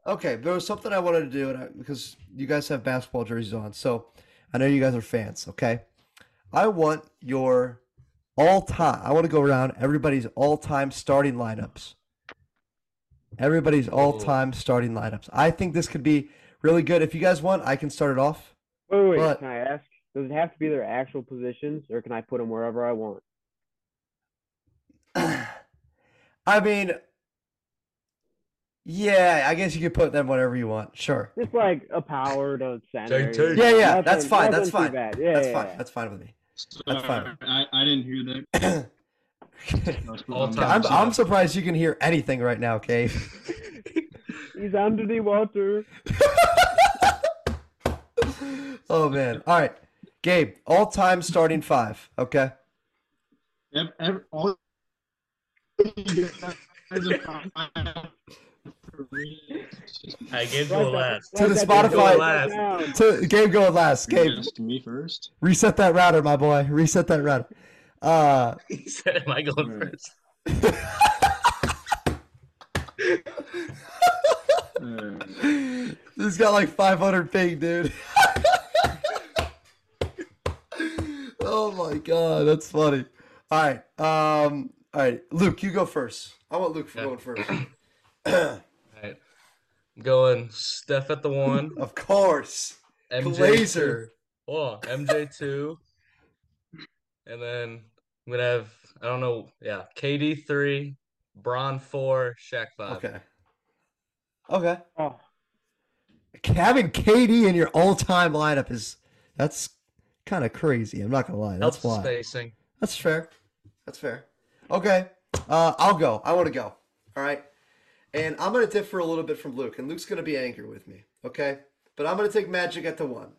Speaker 2: Okay, there was something I wanted to do, and I, because you guys have basketball jerseys on, so I know you guys are fans. Okay, I want your all-time. I want to go around everybody's all-time starting lineups. Everybody's all-time starting lineups. I think this could be really good. If you guys want, I can start it off.
Speaker 4: wait, wait,
Speaker 2: But-
Speaker 4: can I ask? Does it have to be their actual positions, or can I put them wherever I want?
Speaker 2: I mean, yeah, I guess you could put them whatever you want. Sure,
Speaker 4: Just like a power to center.
Speaker 5: JT.
Speaker 2: Yeah, yeah, that's
Speaker 4: Nothing-
Speaker 2: fine, that's
Speaker 4: nothing
Speaker 2: fine,
Speaker 4: too bad. Yeah,
Speaker 2: that's
Speaker 4: yeah,
Speaker 2: fine.
Speaker 4: yeah.
Speaker 2: That's fine with me.
Speaker 3: Sorry,
Speaker 2: fine.
Speaker 3: I, I didn't hear that. I was put
Speaker 5: All
Speaker 3: on
Speaker 5: time.
Speaker 2: I'm,
Speaker 3: the-
Speaker 2: I'm surprised you can hear anything right now, Cave.
Speaker 4: He's under the water.
Speaker 2: oh man. All right. Gabe, all time starting five. Okay.
Speaker 3: Ev- ev- all- Just
Speaker 5: I gave you a last.
Speaker 2: To the Spotify- So Gabe going last. Gabe,
Speaker 3: me first.
Speaker 2: reset that router, my boy. Reset that router. Uh
Speaker 5: He said, "Am I going
Speaker 4: Hmm.
Speaker 3: Alright.
Speaker 5: first?"
Speaker 3: Uh,
Speaker 2: he's got like five hundred ping, dude. oh my god, that's funny. All right. Um all right. Luke, you go first. I want Luke for
Speaker 5: Yeah.
Speaker 2: going first.
Speaker 5: All right. Going Steph at the one,
Speaker 2: of course.
Speaker 5: MJ
Speaker 2: Glazer.
Speaker 5: Oh, MJ two, and then I'm gonna have I don't know, yeah, KD three, Bron four, Shaq five.
Speaker 2: Okay. Okay.
Speaker 4: Oh,
Speaker 2: Having KD in your all-time lineup is that's kind of crazy. I'm not gonna lie.
Speaker 5: Helps
Speaker 2: That's
Speaker 5: the
Speaker 2: why.
Speaker 5: spacing.
Speaker 2: That's fair. That's fair. Okay. Uh, I'll go. I want to go. All right. And I'm gonna differ a little bit from Luke, and Luke's gonna be angry with me. Okay. But I'm gonna take Magic at the one,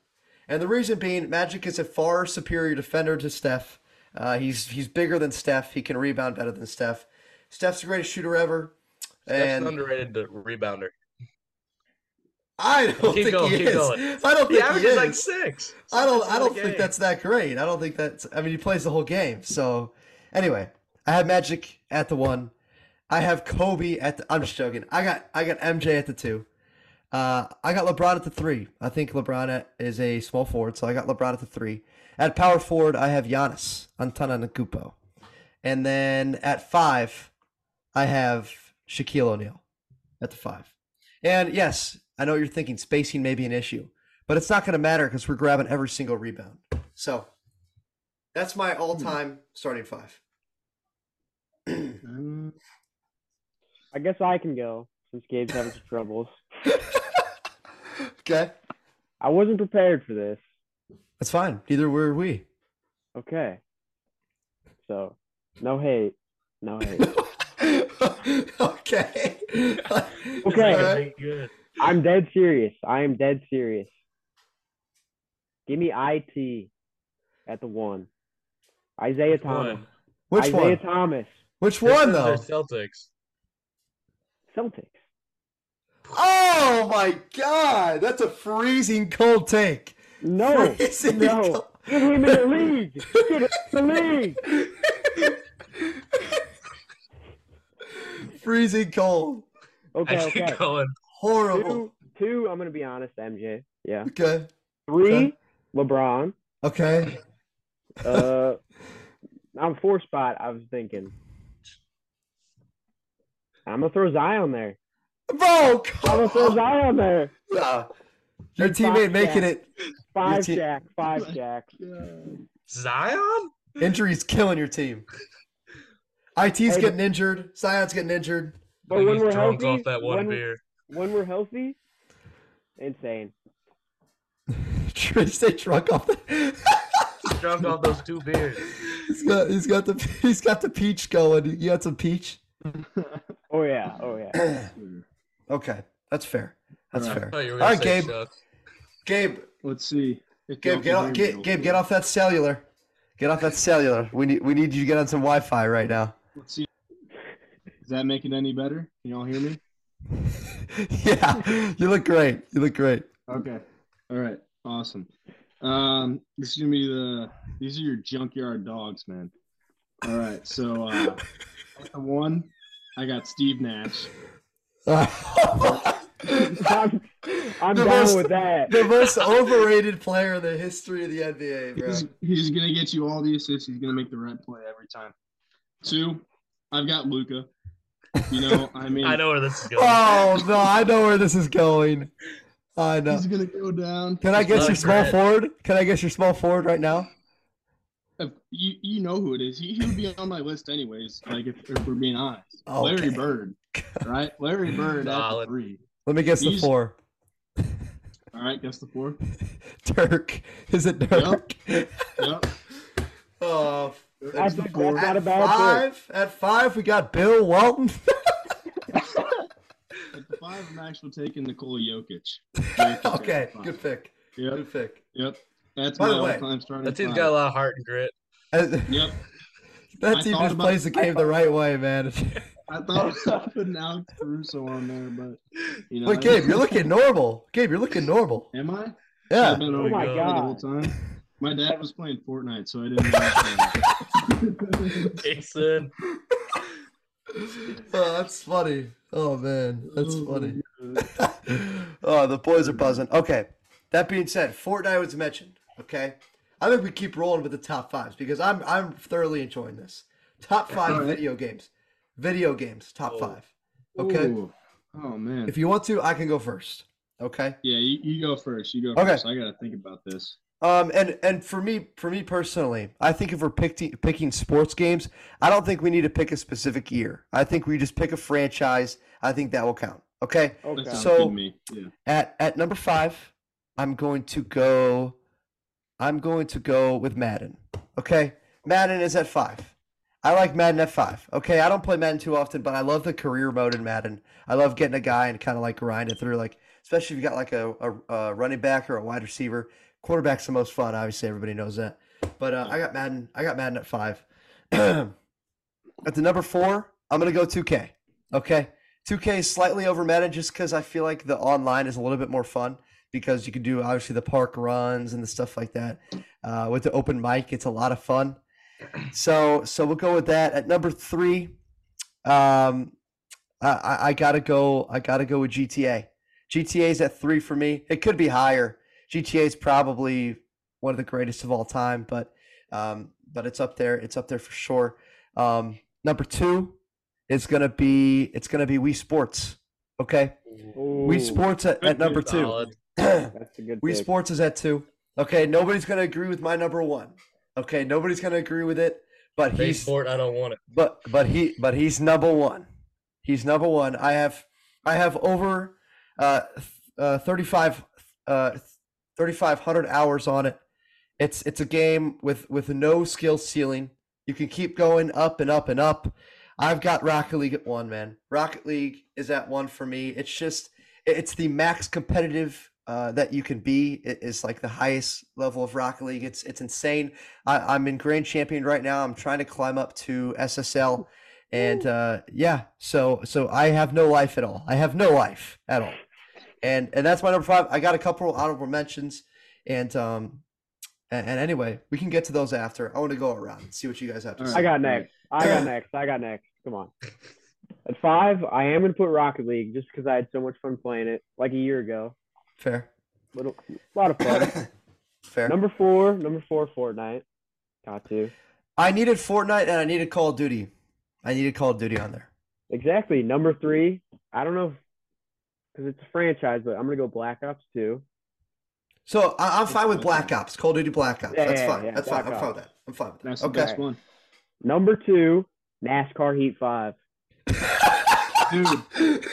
Speaker 2: and the reason being, Magic is a far superior defender to Steph. Uh, he's he's bigger than Steph. He can rebound better than Steph. Steph's the greatest shooter ever.
Speaker 5: Steph's
Speaker 2: and
Speaker 5: an underrated d- rebounder.
Speaker 2: I don't
Speaker 5: Keep
Speaker 2: think
Speaker 5: going,
Speaker 2: he
Speaker 5: keep
Speaker 2: is.
Speaker 5: going.
Speaker 2: I don't
Speaker 5: He
Speaker 2: think he
Speaker 5: averages
Speaker 2: is.
Speaker 5: like six.
Speaker 2: I don't.
Speaker 5: Six
Speaker 2: I
Speaker 5: in
Speaker 2: don't
Speaker 5: the
Speaker 2: think
Speaker 5: game.
Speaker 2: that's that great. I don't think that's. I mean, he plays the whole game. So, anyway, I have Magic at the one. I have Kobe at. The, I'm just joking. I got. I got MJ at the two. Uh, I got LeBron at the three. I think LeBron at, is a small forward, so I got LeBron at the three. At power forward, I have Giannis Antetokounmpo, and then at five, I have Shaquille O'Neal at the five. And yes, I know what you're thinking spacing may be an issue, but it's not going to matter because we're grabbing every single rebound. So That's my all-time starting five.
Speaker 3: Um,
Speaker 4: I guess I can go since Gabe's having some troubles.
Speaker 2: okay,
Speaker 4: I wasn't prepared for this.
Speaker 2: that's fine. Neither were we.
Speaker 4: Okay. So, no hate. No hate.
Speaker 2: okay.
Speaker 4: Okay.
Speaker 2: All right.
Speaker 5: Good.
Speaker 4: I'm dead serious. I am dead serious. Give me IT at the one. Isaiah Thomas.
Speaker 5: One.
Speaker 2: Which
Speaker 4: Isaiah
Speaker 2: one?
Speaker 4: Thomas.
Speaker 2: Which one though?
Speaker 5: They're Celtics.
Speaker 4: Celtics.
Speaker 2: Oh my god, that's a freezing cold take.
Speaker 4: No.
Speaker 2: Freezing
Speaker 4: No. Get him in the league. Get him in the league.
Speaker 2: cold. Freezing cold.
Speaker 4: Okay,
Speaker 5: I keep
Speaker 4: okay.
Speaker 5: going.
Speaker 2: Horrible.
Speaker 4: Two, two, I'm going to be honest, MJ. Yeah.
Speaker 2: Okay.
Speaker 4: Three, LeBron.
Speaker 2: Okay.
Speaker 4: Uh, I'm four spot, I was thinking. I'm going to throw Zion there.
Speaker 2: Bro,
Speaker 4: I'm
Speaker 2: come
Speaker 4: going to throw
Speaker 2: on.
Speaker 4: Zion there.
Speaker 2: Nah. Your teammate making it.
Speaker 4: Five
Speaker 2: team-
Speaker 4: jack, five jack.
Speaker 5: Zion?
Speaker 2: Injuries killing your team. IT's
Speaker 4: Hey,
Speaker 2: getting injured. Zion's getting injured.
Speaker 4: But
Speaker 5: Like
Speaker 4: when
Speaker 5: he's
Speaker 4: we're
Speaker 5: drunk
Speaker 4: healthy,
Speaker 5: off that one
Speaker 4: when-
Speaker 5: beer.
Speaker 4: When we're healthy, insane.
Speaker 2: Should stay drunk off the.
Speaker 5: He's drunk off those two beers.
Speaker 2: he's got he's got the he's got the peach going. You got some peach.
Speaker 4: Oh yeah, oh yeah.
Speaker 2: okay, that's fair. That's
Speaker 3: All right.
Speaker 5: I
Speaker 2: fair.
Speaker 5: thought you were
Speaker 2: All
Speaker 5: gonna
Speaker 2: right,
Speaker 5: say
Speaker 2: Gabe.
Speaker 5: Chuck.
Speaker 2: Gabe,
Speaker 3: Let's see. If y'all
Speaker 2: Gabe,
Speaker 3: can
Speaker 2: get off,
Speaker 3: hear me
Speaker 2: get,
Speaker 3: real
Speaker 2: Gabe,
Speaker 3: quick.
Speaker 2: get off that cellular. Get off that cellular. We need we need you to get on some Wi-Fi right now.
Speaker 3: Let's see. Does that make it any better? Can y'all hear me?
Speaker 2: yeah, you look great. You look great.
Speaker 3: Okay. All right. Awesome. Um, this is gonna be the. These are your junkyard dogs, man. All right. So uh, at the one, I got Steve Nash.
Speaker 2: the
Speaker 4: I'm, I'm
Speaker 2: The
Speaker 4: down
Speaker 2: most-
Speaker 4: with that.
Speaker 2: most overrated player in the history of the NBA, bro.
Speaker 3: He's, he's gonna get you all the assists. He's gonna make the right play every time. Two, I've got Luca. You know, I mean,
Speaker 5: I know where this is going.
Speaker 2: Oh no, I know where this is going. I know.
Speaker 3: he's gonna go down.
Speaker 2: Can I guess
Speaker 5: not
Speaker 2: your
Speaker 5: a
Speaker 2: small
Speaker 5: threat.
Speaker 2: forward? Can I guess your small forward right now?
Speaker 3: If- you you know who it is. He, he would be on my list anyways. Like if, if we're being honest,
Speaker 2: Okay.
Speaker 3: Larry Bird, right? Larry Bird at the
Speaker 5: Solid.
Speaker 3: three.
Speaker 2: Let me guess the
Speaker 3: He's-
Speaker 2: four.
Speaker 3: All right, guess the four.
Speaker 2: Dirk. Is it Dirk?
Speaker 3: Yep. Yep.
Speaker 2: Oh,
Speaker 4: I
Speaker 3: There's the
Speaker 4: think
Speaker 3: four.
Speaker 4: that's not a
Speaker 2: at
Speaker 4: bad
Speaker 2: five. At five, we got Bill Walton.
Speaker 3: At the five, I'm actually taking Nikola Jokic. Jokic at
Speaker 2: okay,
Speaker 3: the five.
Speaker 2: good pick.
Speaker 3: Yep,
Speaker 2: Good pick.
Speaker 3: yep. That's
Speaker 2: By
Speaker 3: my
Speaker 2: the way,
Speaker 3: all-time starting.
Speaker 5: That team's
Speaker 3: five.
Speaker 5: got a lot of heart and grit.
Speaker 2: As-
Speaker 3: Yep.
Speaker 2: Uh, that
Speaker 3: I
Speaker 2: team
Speaker 3: thought
Speaker 2: just
Speaker 3: about-
Speaker 2: plays the game the right way, man.
Speaker 3: I thought I putting Alex Caruso on there, but you know.
Speaker 2: But Gabe, you're looking normal. Gabe, you're looking normal.
Speaker 3: Am I? I've
Speaker 2: Yeah.
Speaker 3: been
Speaker 5: Oh
Speaker 3: over
Speaker 5: my
Speaker 3: here
Speaker 4: God.
Speaker 3: the whole time. My dad was playing Fortnite, so I didn't. Understand.
Speaker 5: Jason.
Speaker 2: Oh, that's funny. Oh man, that's
Speaker 3: Oh,
Speaker 2: funny.
Speaker 3: my God.
Speaker 2: oh, the boys are buzzing. Okay. That being said, Fortnite was mentioned. Okay. I think we keep rolling with the top fives because I'm I'm thoroughly enjoying this. Top five
Speaker 3: Alright.
Speaker 2: video games. Video games, top
Speaker 5: Oh.
Speaker 2: five. Okay.
Speaker 3: Ooh. Oh man.
Speaker 2: If you want to, I can go first. Okay.
Speaker 3: yeah, you, you go first. You go
Speaker 2: Okay.
Speaker 3: first. I gotta think about this.
Speaker 2: Um and and for me for me personally, I think if we're picking picking sports games, I don't think we need to pick a specific year. I think we just pick a franchise. I think that will count. Okay.
Speaker 3: That
Speaker 4: Okay.
Speaker 3: sounds
Speaker 2: So-
Speaker 3: good to me. Yeah.
Speaker 2: At at number five, I'm going to go. I'm going to go with Madden. Okay, Madden is at five. I like Madden at five. Okay, I don't play Madden too often, but I love the career mode in Madden. I love getting a guy and kind of like grind it through, like especially if you got like a, a, a running back or a wide receiver. Quarterback's the most fun, obviously. Everybody knows that. But uh, I got Madden. I got Madden at five. at the number four, I'm gonna go 2K. Okay. 2K is slightly over meta just because I feel like the online is a little bit more fun because you can do obviously the park runs and the stuff like that. Uh, with the open mic, it's a lot of fun. So so we'll go with that at number three. Um, I, I, I gotta go. I gotta go with GTA. GTA is at three for me. It could be higher. GTA is probably one of the greatest of all time, but um, but it's up there. It's up there for sure. Um, number two, it's gonna be it's gonna be Wii Sports. Okay,
Speaker 4: Ooh,
Speaker 2: Wii Sports at, at
Speaker 3: Good
Speaker 2: number two.
Speaker 5: Solid.
Speaker 2: Wii
Speaker 4: That's a good. pick.
Speaker 2: Sports is at two. Okay, nobody's gonna agree with my number one, Okay, nobody's gonna agree with it, but he's
Speaker 5: Baseboard, I don't want it.
Speaker 2: but but he but he's number one. He's number one. I have I have over uh, th- uh 35 uh 3500 hours on it. It's it's a game with with no skill ceiling. You can keep going up and up and up. I've got Rocket League at 1, man. Rocket League is at 1 for me. It's just it- it's the max competitive uh, that you can be It is like the highest level of Rocket League. It's it's insane. I, I'm in Grand Champion right now. I'm trying to climb up to SSL, and uh, yeah, so so I have no life at all. I have no life at all, and and that's my number five. I got a couple honorable mentions, and um, a- and, anyway, we can get to those after. I want to go around and see what you guys have to
Speaker 3: All
Speaker 2: say.
Speaker 4: I got
Speaker 3: All right.
Speaker 4: next. I got next. I got next. Come on. At five, I am gonna put Rocket League just because I had so much fun playing it like a year ago.
Speaker 2: Fair,
Speaker 4: Little, a lot of fun.
Speaker 2: fair.
Speaker 4: number four, number four, Fortnite. Got to
Speaker 2: I needed Fortnite and I needed Call of Duty. I needed Call of Duty on there.
Speaker 4: exactly number three. I don't know because it's a franchise, but I'm gonna go Black Ops Two.
Speaker 2: So I, I'm fine with Black Ops, Call of Duty Black Ops.
Speaker 4: Yeah,
Speaker 2: That's
Speaker 4: yeah,
Speaker 2: fine.
Speaker 4: yeah,
Speaker 2: That's
Speaker 4: Black
Speaker 2: fine. I'm fine with
Speaker 4: Ops.
Speaker 2: that. I'm fine with that.
Speaker 3: That's the
Speaker 2: okay.
Speaker 3: best one.
Speaker 4: Number two, NASCAR Heat Five.
Speaker 3: Dude,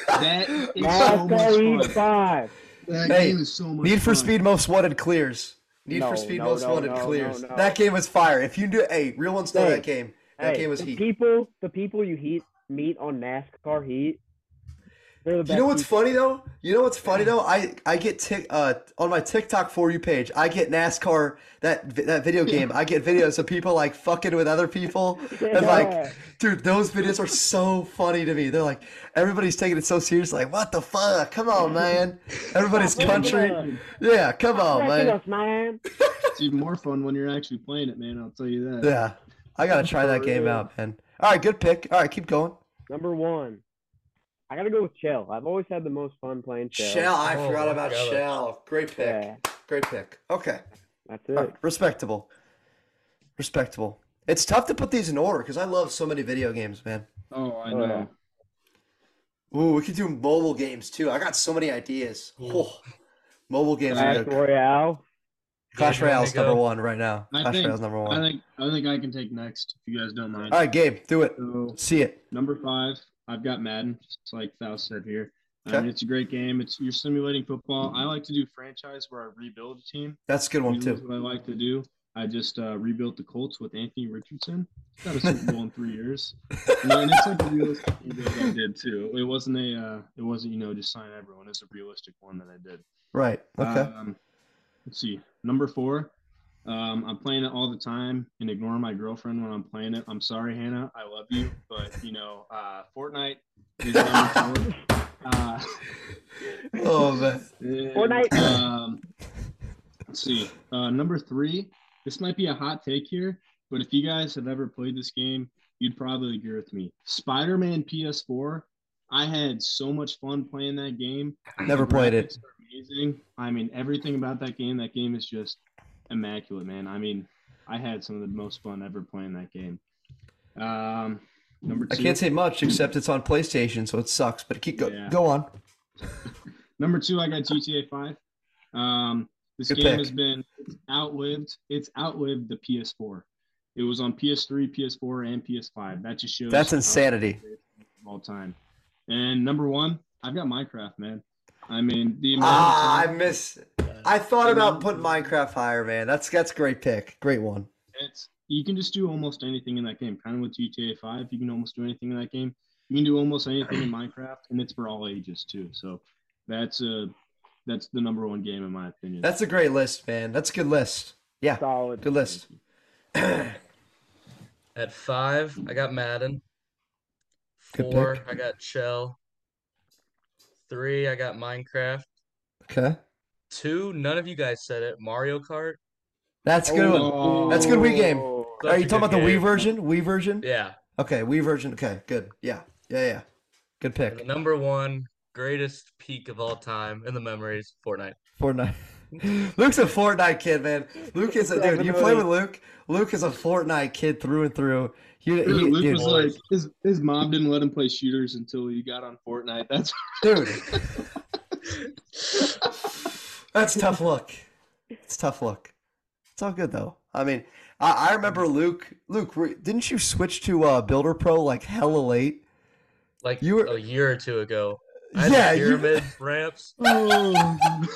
Speaker 3: That is so
Speaker 4: NASCAR Heat
Speaker 3: much fun.
Speaker 4: Five.
Speaker 3: That
Speaker 2: Hey,
Speaker 3: game is so much
Speaker 2: Need for
Speaker 3: fun.
Speaker 2: Speed Most Wanted clears. Need
Speaker 4: No,
Speaker 2: for Speed
Speaker 4: no,
Speaker 2: Most
Speaker 4: no,
Speaker 2: Wanted
Speaker 4: no,
Speaker 2: clears.
Speaker 4: no, no.
Speaker 2: That game was fire. If you do, hey, real ones know
Speaker 4: Hey,
Speaker 2: that game. That
Speaker 4: Hey,
Speaker 2: game was
Speaker 4: the
Speaker 2: heat.
Speaker 4: people, the people you heat meet on NASCAR Heat, they're the best.
Speaker 2: You know what's
Speaker 4: people.
Speaker 2: funny though? You know what's funny though? I I get tick uh on my TikTok for you page. I get NASCAR that vi- that video game. I get videos of people like fucking with other people and
Speaker 4: Yeah.
Speaker 2: like, dude, those videos are so funny to me. They're like everybody's taking it so serious. Like, what the fuck? Come on, man. Everybody's
Speaker 4: Stop
Speaker 2: country.
Speaker 4: wrecking us.
Speaker 2: Yeah, come on,
Speaker 4: Wrecking
Speaker 2: man.
Speaker 4: us, man.
Speaker 3: It's even more fun when you're actually playing it, man. I'll tell you that.
Speaker 2: Yeah, I gotta try that
Speaker 4: For
Speaker 2: game
Speaker 4: real.
Speaker 2: out, man. All right, good pick. All right, keep going.
Speaker 4: Number one, I gotta go with Shell. I've always had the most fun playing Shell.
Speaker 2: Shell, I
Speaker 5: Oh
Speaker 2: forgot
Speaker 5: my
Speaker 2: about
Speaker 5: God.
Speaker 2: Shell. Great pick.
Speaker 4: Yeah,
Speaker 2: Great pick. Okay,
Speaker 4: that's
Speaker 2: All right,
Speaker 4: it.
Speaker 2: respectable. Respectable. It's tough to put these in order because I love so many video games, man.
Speaker 3: Oh, I
Speaker 4: Oh,
Speaker 3: know.
Speaker 4: yeah.
Speaker 2: Ooh, we could do mobile games too. I got so many ideas.
Speaker 5: Ooh.
Speaker 2: Oh, mobile games. are
Speaker 4: Clash
Speaker 2: good.
Speaker 4: Royale.
Speaker 2: Clash
Speaker 5: Yeah, you want me
Speaker 2: Royale's
Speaker 5: to go?
Speaker 2: number one right now.
Speaker 3: I
Speaker 2: Clash
Speaker 3: think-
Speaker 2: Royale's number
Speaker 3: I
Speaker 2: one.
Speaker 3: think I think I can take next if you guys don't mind.
Speaker 2: All right, Gabe, do it.
Speaker 3: So
Speaker 2: See it.
Speaker 3: number five, I've got Madden, just like Thou said here. I
Speaker 2: Okay.
Speaker 3: mean, it's a great game. It's you're simulating football. I like to do franchise where I rebuild a team.
Speaker 2: That's a good one
Speaker 3: Usually
Speaker 2: too.
Speaker 3: What I like to do, I just uh, rebuilt the Colts with Anthony Richardson. Got a Super Bowl in three years. And then it's like a realistic rebuild I did too. It wasn't a, uh, it wasn't you know just sign everyone. It's a realistic one that I did.
Speaker 2: Right. Okay.
Speaker 3: Um, let's see. Number four. Um, I'm playing it all the time and ignoring my girlfriend when I'm playing it. I'm sorry, Hannah. I love you, but you know, uh, Fortnite is number four. Uh,
Speaker 2: oh man.
Speaker 3: and,
Speaker 4: Fortnite.
Speaker 3: Um, let's see. Uh, number three. This might be a hot take here, but if you guys have ever played this game, you'd probably agree with me. Spider-Man PS4. I had so much fun playing that game.
Speaker 2: Never played it.
Speaker 3: Graphics are Amazing. I mean, everything about that game. That game is just immaculate, man. I mean, I had some of the most fun ever playing that game. Um, number
Speaker 2: I
Speaker 3: two.
Speaker 2: can't say much except it's on PlayStation, so it sucks. But keep go
Speaker 3: Yeah.
Speaker 2: go on.
Speaker 3: Number two, I got GTA Five. Um, this
Speaker 2: Good
Speaker 3: game
Speaker 2: pick.
Speaker 3: has been it's outlived. It's outlived the PS4. It was on PS3, PS4, and PS5. That just shows
Speaker 2: That's
Speaker 3: how-
Speaker 2: insanity.
Speaker 3: of all time. And number one, I've got Minecraft, man. I mean, the amount of
Speaker 2: Ah, I
Speaker 3: time-
Speaker 2: miss. I thought about putting Minecraft higher, man. That's that's a great pick. Great one.
Speaker 3: it's you can just do almost anything in that game. Kind of with GTA Five, you can almost do anything in that game. You can do almost anything in Minecraft, and it's for all ages too. So that's uh that's the number one game in my opinion.
Speaker 2: That's a great list, man. That's a good list. Yeah,
Speaker 4: Solid.
Speaker 2: good list.
Speaker 5: At five, I got Madden.
Speaker 2: Good
Speaker 5: Four,
Speaker 2: pick.
Speaker 5: I got Shell. Three, I got Minecraft.
Speaker 2: Okay,
Speaker 5: Two, none of you guys said it. Mario Kart.
Speaker 2: that's a good one.
Speaker 3: Oh.
Speaker 2: That's a good Wii game.
Speaker 4: Oh,
Speaker 5: Such
Speaker 2: Are
Speaker 5: a
Speaker 2: you talking
Speaker 5: good
Speaker 2: about the Wii
Speaker 5: game.
Speaker 2: version? Wii version?
Speaker 5: Yeah.
Speaker 2: Okay, Wii version. Okay, good. Yeah, yeah, yeah. Good
Speaker 5: And the
Speaker 2: pick.
Speaker 5: number one greatest peak of all time in the memories, Fortnite.
Speaker 2: Fortnite. Luke's a Fortnite kid, man. Luke is a dude. You play with Luke. Luke is a Fortnite kid through and through. He, he,
Speaker 3: Dude, Luke
Speaker 2: dude,
Speaker 3: was like his, his mom didn't let him play shooters until he got on Fortnite. That's
Speaker 2: dude, that's tough luck. It's tough luck. It's all good though. I mean, I, I remember Luke. Luke, were- didn't you switch to uh, Builder Pro like hella late?
Speaker 5: Like
Speaker 2: You were-
Speaker 5: a year or two ago. I had
Speaker 2: yeah,
Speaker 5: yeah,
Speaker 2: you-
Speaker 5: pyramid ramps. I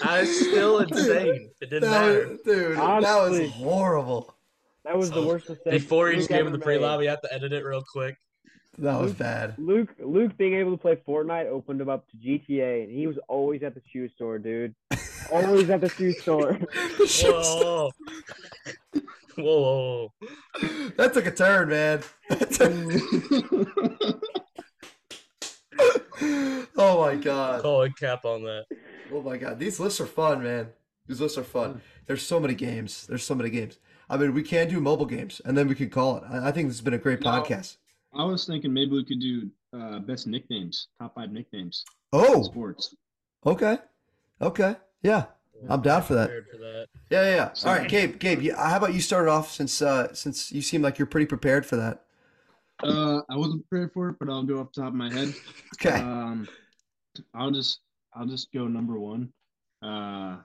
Speaker 5: was still insane. It didn't
Speaker 2: That
Speaker 5: matter.
Speaker 2: was, dude, that
Speaker 4: Honestly.
Speaker 2: was horrible.
Speaker 4: That was the
Speaker 5: So,
Speaker 4: worst mistake.
Speaker 5: Before each
Speaker 4: Luke
Speaker 5: game
Speaker 4: ever
Speaker 5: of the
Speaker 4: made.
Speaker 5: pre lobby, you have to edit it real quick.
Speaker 2: That was bad.
Speaker 4: Luke Luke being able to play Fortnite opened him up to GTA, and he was always at the shoe store, dude. always at the shoe store.
Speaker 2: The shit's-
Speaker 5: Whoa. whoa, whoa, whoa.
Speaker 2: that took a turn, man. That took- oh my god.
Speaker 5: Call a cap on that.
Speaker 2: Oh my god, these lists are fun, man. These lists are
Speaker 3: Hmm.
Speaker 2: fun. There's so many games. There's so many games. I mean, we can do mobile games, and then we can call it. I, I think this has been a great
Speaker 3: No.
Speaker 2: podcast.
Speaker 3: I was thinking maybe we could do uh, best nicknames, top five nicknames, in
Speaker 2: Oh,
Speaker 3: sports.
Speaker 2: okay, okay, yeah, I'm down for that.
Speaker 5: Prepared for that.
Speaker 2: yeah, yeah. yeah. All right, Gabe, Gabe, you, how about you start off since uh since you seem like you're pretty prepared for that.
Speaker 3: Uh, I wasn't prepared for it, but I'll go off the top of my head.
Speaker 2: Okay,
Speaker 3: Um, I'll just I'll just go number one. Uh,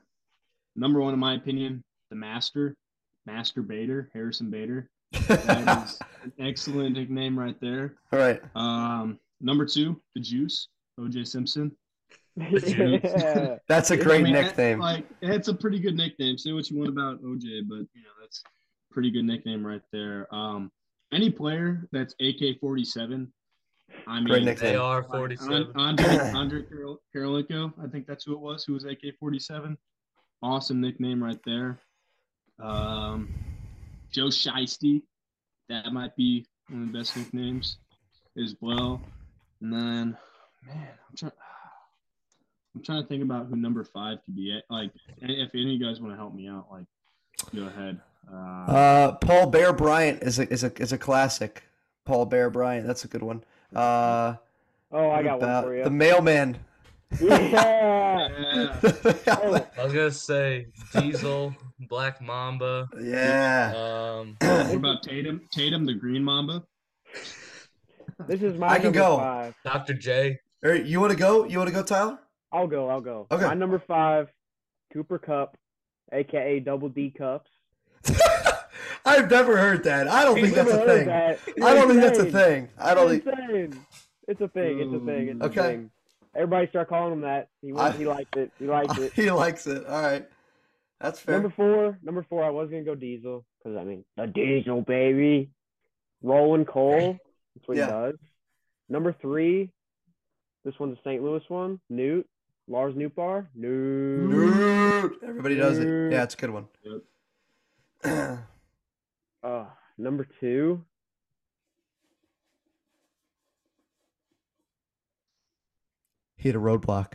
Speaker 3: number one in my opinion, the master, Master Bader, Harrison Bader. That is an excellent nickname right there.
Speaker 2: all right.
Speaker 3: Um, number two, the Juice, OJ Simpson. Juice.
Speaker 4: yeah.
Speaker 2: That's a
Speaker 4: I
Speaker 2: great
Speaker 3: I mean, that-
Speaker 2: nickname.
Speaker 3: Like that's a pretty good nickname. Say what you want about OJ, but you know that's a pretty good nickname right there. Um, any player that's AK forty seven, I mean,
Speaker 2: Great nickname.
Speaker 5: They are
Speaker 3: like,
Speaker 5: 47.
Speaker 3: An- Andre Andre Karol- Karolinko, I think that's who it was. Who was AK forty seven? Awesome nickname right there. Um, Joe Shiesty, that might be one of the best nicknames as well. And then, man, I'm trying. I'm trying to think about who number five could be. At. Like, if any of you guys want to help me out, like, go ahead. Uh,
Speaker 2: Uh, Paul Bear Bryant is a is a is a classic. Paul Bear Bryant, that's a good one. Uh,
Speaker 4: Oh, I
Speaker 2: what
Speaker 4: got one
Speaker 2: about
Speaker 4: for you.
Speaker 2: the mailman.
Speaker 4: yeah.
Speaker 2: Uh,
Speaker 3: yeah.
Speaker 4: Oh,
Speaker 5: I was going to say Diesel, Black Mamba.
Speaker 2: yeah.
Speaker 5: Um,
Speaker 3: What about Tatum? Tatum, the Green Mamba.
Speaker 4: this is my
Speaker 2: I can
Speaker 4: number
Speaker 2: go.
Speaker 4: five.
Speaker 5: Dr. J.
Speaker 2: All right, you want to go? You want to go, Tyler?
Speaker 4: I'll go. I'll go.
Speaker 2: Okay.
Speaker 4: My number five, Cooper Cup, aka Double D Cups.
Speaker 2: I've never heard that. I don't think that's a
Speaker 4: Never heard
Speaker 2: thing. I
Speaker 4: that.
Speaker 2: don't think that's a
Speaker 4: Insane.
Speaker 2: thing. I don't
Speaker 4: It's
Speaker 2: think.
Speaker 4: insane. It's a thing. It's a thing. It's
Speaker 2: Okay.
Speaker 4: a thing. Everybody start calling him that. He
Speaker 2: I-
Speaker 4: went, he liked it. He liked it.
Speaker 2: He likes it. All right, that's fair.
Speaker 4: Number four. Number four. I was gonna go Diesel because I mean the Diesel baby, rolling coal. That's what
Speaker 2: Yeah.
Speaker 4: he does. Number three. This one's a St. Louis one. Newt. Lars Newbar. Newt.
Speaker 2: Nerd. Everybody does it. Yeah, it's a good one.
Speaker 4: Uh, number two.
Speaker 2: he had a roadblock.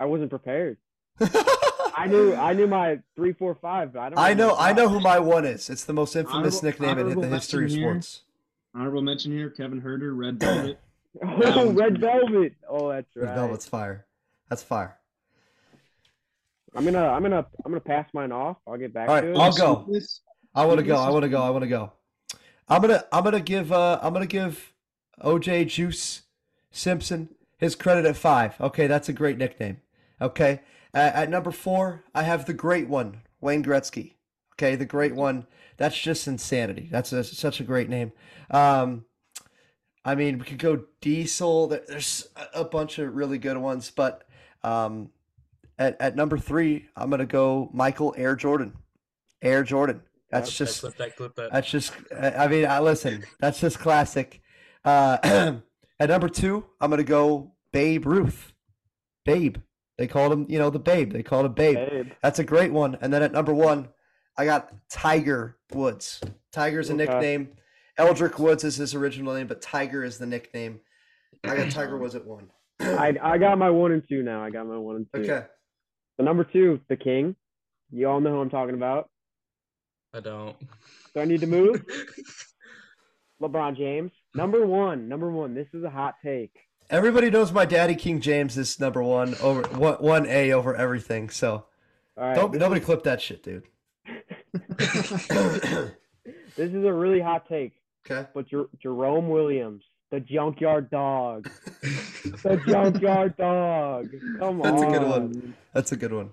Speaker 4: I wasn't prepared. I knew. I knew my three, four, five. But I don't.
Speaker 2: I know.
Speaker 4: my
Speaker 2: I know
Speaker 4: five.
Speaker 2: who my one is. It's the most infamous
Speaker 3: Honorable-
Speaker 2: nickname in the
Speaker 3: honorable
Speaker 2: history of
Speaker 3: mention here.
Speaker 2: sports.
Speaker 3: Honorable mention here: Kevin Herder, Red Velvet. That
Speaker 4: Oh,
Speaker 3: one's
Speaker 4: Red
Speaker 3: pretty good.
Speaker 4: Velvet. Oh, that's right.
Speaker 2: Red Velvet's fire. That's fire.
Speaker 4: I'm gonna, I'm gonna, I'm gonna pass mine off. I'll get back
Speaker 2: All right,
Speaker 4: to it.
Speaker 2: I'll go.
Speaker 3: Sweetness.
Speaker 2: I want to
Speaker 3: Dude,
Speaker 2: go.
Speaker 3: this
Speaker 2: I
Speaker 3: is-
Speaker 2: want to go. I want to go. I'm gonna. I'm gonna give. Uh, I'm gonna give OJ Juice Simpson his credit at five. Okay, that's a great nickname. Okay, uh, at number four, I have the great one, Wayne Gretzky. Okay, the great one. That's just insanity. That's a, such a great name. Um, I mean, we could go Diesel. There- There's a- a bunch of really good ones, but um, at at number three, I'm gonna go Michael Air Jordan. Air Jordan. That's
Speaker 5: That
Speaker 2: just
Speaker 5: clip that, clip that.
Speaker 2: that's just. I I mean, I listen. That's just classic. Uh, at number two, I'm gonna go Babe Ruth. Babe. They called him. You know, the Babe. They called him Babe.
Speaker 4: Babe.
Speaker 2: That's a great one. And then at number one, I got Tiger Woods. Tiger's a
Speaker 4: Okay.
Speaker 2: nickname. Eldrick Woods is his original name, but Tiger is the nickname. I got Tiger Woods at one.
Speaker 4: I, I got my one and two now. I got my one and two.
Speaker 2: Okay.
Speaker 4: The number two, the king. You all know who I'm talking about.
Speaker 5: I don't.
Speaker 4: Do I need to move? LeBron James. Number one. Number one. This is a hot take.
Speaker 2: Everybody knows my daddy King James is number one over one, one A over everything. So
Speaker 4: All right.
Speaker 2: don't nobody clip that shit, dude.
Speaker 4: This is a really hot take.
Speaker 2: okay.
Speaker 4: But Jer- Jerome Williams, the junkyard dog. The junkyard dog. Come
Speaker 2: That's a
Speaker 4: on.
Speaker 2: good
Speaker 4: Um,
Speaker 2: one. That's a good one.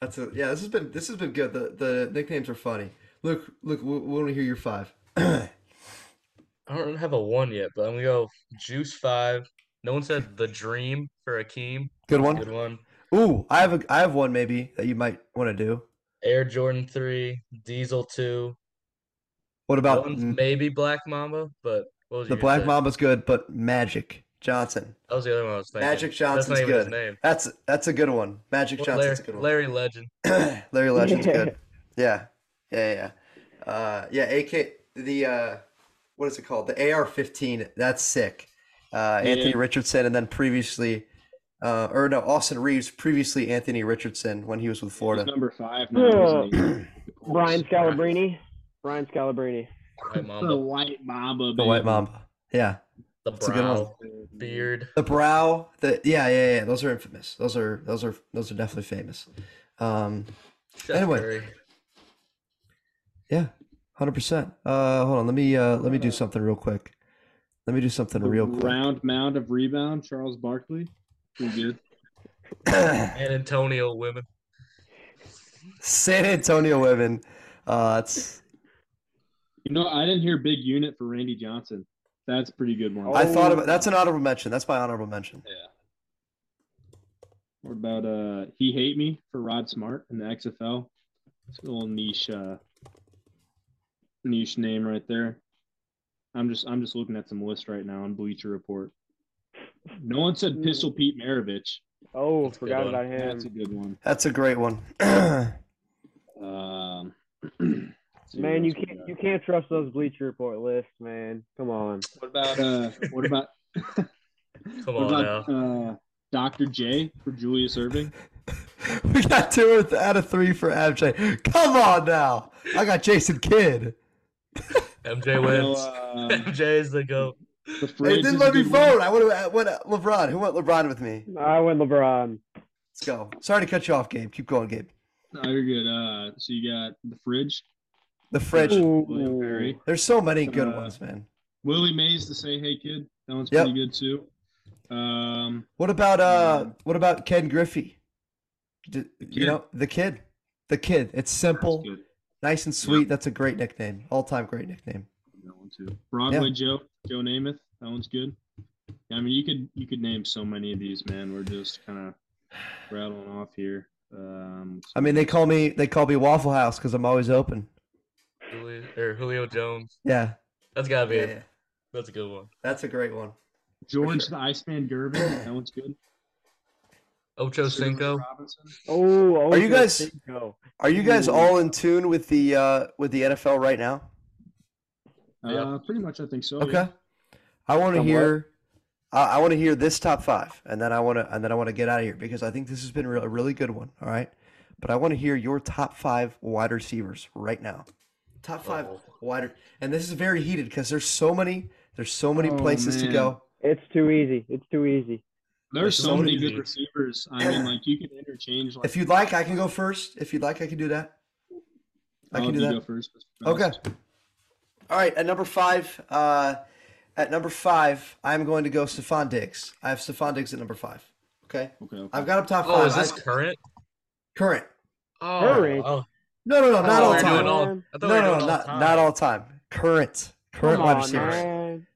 Speaker 2: That's a yeah. This has been this has been good. The the nicknames are funny. Luke, Luke, we we want to hear your five.
Speaker 5: I don't have a one yet, but I'm gonna go Juice five. No one said the dream for Akeem.
Speaker 2: Good
Speaker 5: Good
Speaker 2: one.
Speaker 5: one.
Speaker 2: Ooh, I have a, I have one maybe that you might want to do.
Speaker 5: Air Jordan three. Diesel two.
Speaker 2: What about
Speaker 5: One's
Speaker 2: m-
Speaker 5: maybe Black Mamba, but what was
Speaker 2: mm. the
Speaker 5: yours,
Speaker 2: Black
Speaker 5: Zach?
Speaker 2: Mamba's good, but Magic Johnson,
Speaker 5: That was the other one I was thinking.
Speaker 2: Magic
Speaker 5: That's
Speaker 2: Johnson's
Speaker 5: not even
Speaker 2: good.
Speaker 5: his name.
Speaker 2: That's that's a good one. Magic
Speaker 5: Well,
Speaker 2: Johnson's
Speaker 5: Larry,
Speaker 2: a good one.
Speaker 5: Larry Legend.
Speaker 2: Larry Legend's good. Yeah, yeah, yeah. Uh, yeah, AK the uh, what is it called? The AR-15. That's sick. Uh,
Speaker 3: Yeah.
Speaker 2: Anthony Richardson, and then previously, uh, or no, Austin Reeves. Previously, Anthony Richardson when he was with
Speaker 3: He's
Speaker 2: Florida.
Speaker 3: number five now. isn't he?
Speaker 4: Brian Scalabrine. Brian Scalabrine.
Speaker 5: White
Speaker 3: The
Speaker 5: Mamba.
Speaker 3: white mamba.
Speaker 2: The White Mamba. Yeah,
Speaker 5: The
Speaker 2: a good one.
Speaker 5: brow. Beard.
Speaker 2: the brow. The yeah, yeah, yeah. Those are infamous. Those are those are those are definitely famous. Um,
Speaker 5: Steph
Speaker 2: Anyway.
Speaker 5: Curry.
Speaker 2: Yeah, hundred percent. Uh, hold on, let me uh, let me do something real quick. Let me do something
Speaker 3: The
Speaker 2: real quick.
Speaker 3: round mound of rebound. Charles Barkley. Pretty good.
Speaker 5: And Antonio Women.
Speaker 2: San Antonio women. Uh, it's
Speaker 3: You know, I didn't hear big unit for Randy Johnson. That's a pretty good one.
Speaker 2: I thought
Speaker 4: Oh.
Speaker 2: about that's an honorable mention. That's my honorable mention.
Speaker 3: Yeah. What about uh He Hate Me for Rod Smart in the XFL? It's a little niche uh niche name right there. I'm just I'm just looking at some lists right now on Bleacher Report. No one said Pistol Pete Maravich.
Speaker 4: Oh,
Speaker 5: That's a good
Speaker 4: forgot
Speaker 5: one.
Speaker 4: about him.
Speaker 3: That's a good one.
Speaker 2: That's a great one. yeah,
Speaker 3: Um see what
Speaker 4: Man, you
Speaker 3: else we
Speaker 4: can't
Speaker 3: got.
Speaker 4: you can't trust those Bleacher Report lists, man. Come on.
Speaker 3: what about uh what about
Speaker 5: Come
Speaker 3: what
Speaker 5: on
Speaker 3: about
Speaker 5: now.
Speaker 3: uh Dr. J for Julius Irving?
Speaker 2: we got two with- out of three for MJ. Come on now, I got Jason Kidd.
Speaker 5: MJ
Speaker 3: I know,
Speaker 5: wins.
Speaker 3: um,
Speaker 5: MJ is the GOAT.
Speaker 3: the
Speaker 2: It
Speaker 3: Fridge is
Speaker 2: didn't
Speaker 3: a
Speaker 2: let me
Speaker 3: good one.
Speaker 2: vote. I would have went LeBron. Who went LeBron with me?
Speaker 4: I went LeBron.
Speaker 2: Let's go. Sorry to cut you off, Gabe. Keep going, Gabe.
Speaker 3: No, you're good. Uh, so you got the fridge,
Speaker 2: The fridge.
Speaker 3: William Perry,
Speaker 2: There's so many good
Speaker 3: Uh,
Speaker 2: ones, man.
Speaker 3: Willie Mays to say "Hey kid." That one's
Speaker 2: Yep.
Speaker 3: pretty good too. Um,
Speaker 2: What about uh?
Speaker 3: Yeah.
Speaker 2: What about Ken Griffey? D- you
Speaker 3: kid.
Speaker 2: know the kid, the kid. It's
Speaker 3: that's
Speaker 2: simple,
Speaker 3: good.
Speaker 2: nice and sweet. That's a great nickname, all time great nickname.
Speaker 3: That one too. Broadway Joe, Joe Namath. That one's good. I mean, you could you could name so many of these, man. We're just kind of rattling off here. Um,
Speaker 2: I mean, they call me they call me Waffle House because I'm always open.
Speaker 5: Julio, or Julio Jones.
Speaker 2: Yeah,
Speaker 5: That's gotta be
Speaker 2: yeah,
Speaker 5: it.
Speaker 2: yeah.
Speaker 5: That's a good one.
Speaker 2: that's a great one.
Speaker 3: George the Iceman Gervin. That one's good.
Speaker 5: Ocho
Speaker 3: Sterling
Speaker 5: Cinco.
Speaker 3: Robinson.
Speaker 4: Oh, oh
Speaker 2: Are you
Speaker 4: Joe
Speaker 2: guys-
Speaker 4: Cinco.
Speaker 2: Are you guys
Speaker 3: Ooh.
Speaker 2: all in tune with the uh with the NFL right now?
Speaker 5: Yeah.
Speaker 3: Uh, pretty much, I think so. yeah.
Speaker 2: Okay, I want to
Speaker 4: Somewhat.
Speaker 2: hear. I, I want to hear this top five, and then I want to, and then I want to get out of here because I think this has been re- a really good one. All right, but I want to hear your top five wide receivers right now. Top five
Speaker 5: Oh.
Speaker 2: wide, re- and this is very heated because there's so many, there's so many
Speaker 3: Oh,
Speaker 2: places to
Speaker 3: man.
Speaker 2: go.
Speaker 4: It's too easy. It's too easy.
Speaker 3: There's
Speaker 5: That's
Speaker 3: so
Speaker 5: so
Speaker 3: many
Speaker 5: easy.
Speaker 3: good receivers. I mean, like you could interchange. Like,
Speaker 2: If you'd like, I can go first. If you'd like, I can do that. I
Speaker 3: I'll
Speaker 2: can do
Speaker 3: you
Speaker 2: that.
Speaker 3: Go first. Mr.
Speaker 2: Okay.
Speaker 3: Frost.
Speaker 2: All right, at number five, uh, at number five, I'm going to go Stephon Diggs. I have Stephon Diggs at number five. Okay,
Speaker 3: Okay. okay.
Speaker 2: I've got him top five.
Speaker 5: Oh, is this
Speaker 2: I-
Speaker 5: current?
Speaker 2: current?
Speaker 5: Oh,
Speaker 4: Current?
Speaker 5: oh.
Speaker 2: No, no, no,
Speaker 5: I
Speaker 2: not
Speaker 5: thought
Speaker 2: all
Speaker 5: we were
Speaker 4: time.
Speaker 5: doing
Speaker 2: time.
Speaker 5: all- I
Speaker 2: No,
Speaker 5: thought we were
Speaker 2: no,
Speaker 5: doing
Speaker 2: no,
Speaker 5: all
Speaker 2: not
Speaker 5: time.
Speaker 2: not all time. Current, current
Speaker 4: Come
Speaker 2: wide
Speaker 4: on,
Speaker 2: receivers.
Speaker 4: man.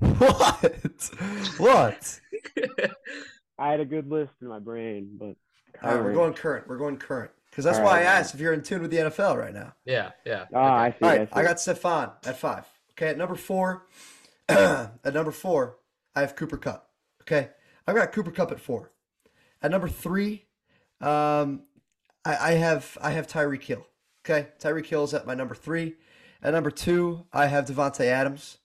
Speaker 2: What? What?
Speaker 4: I had a good list in my brain, but
Speaker 2: All right, we're
Speaker 4: Curry.
Speaker 2: going current. We're going current because that's
Speaker 4: All
Speaker 2: why I
Speaker 4: right.
Speaker 2: asked if you're in tune with the NFL right now.
Speaker 5: Yeah, yeah.
Speaker 4: Ah,
Speaker 5: okay.
Speaker 4: I see.
Speaker 2: All right,
Speaker 4: I see.
Speaker 2: I got Stefan at five. Okay, at number four, at number four, I have Cooper Cup. Okay, I've got Cooper Cup at four. At number three, um, I, I have I have Tyreek Hill. Okay, Tyreek Hill is at my number three. At number two, I have Devonte Adams.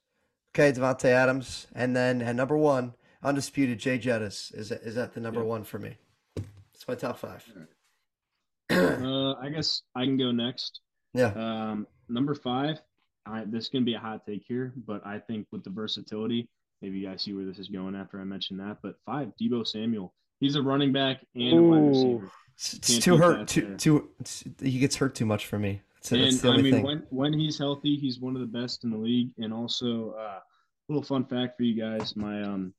Speaker 2: Okay, Devonte Adams, and then at number one, undisputed Jay Jettis is is at the number
Speaker 3: Yeah.
Speaker 2: one for me. It's my top five.
Speaker 3: Uh, I guess I can go next.
Speaker 2: Yeah.
Speaker 3: Um, number five, I, this is going to be a hot take here, but I think with the versatility, maybe you guys see where this is going after I mention that. But five, Debo Samuel. He's a running back and a wide
Speaker 4: Ooh.
Speaker 3: receiver.
Speaker 2: It's, it's
Speaker 3: Can't
Speaker 2: too
Speaker 3: beat
Speaker 2: hurt.
Speaker 3: that
Speaker 2: Too,
Speaker 3: there.
Speaker 2: too, it's- he gets hurt too much for me. That's, that's
Speaker 3: and
Speaker 2: the
Speaker 3: I
Speaker 2: only
Speaker 3: mean,
Speaker 2: thing.
Speaker 3: when, when he's healthy, he's one of the best in the league. And also, uh, little fun fact for you guys: my um,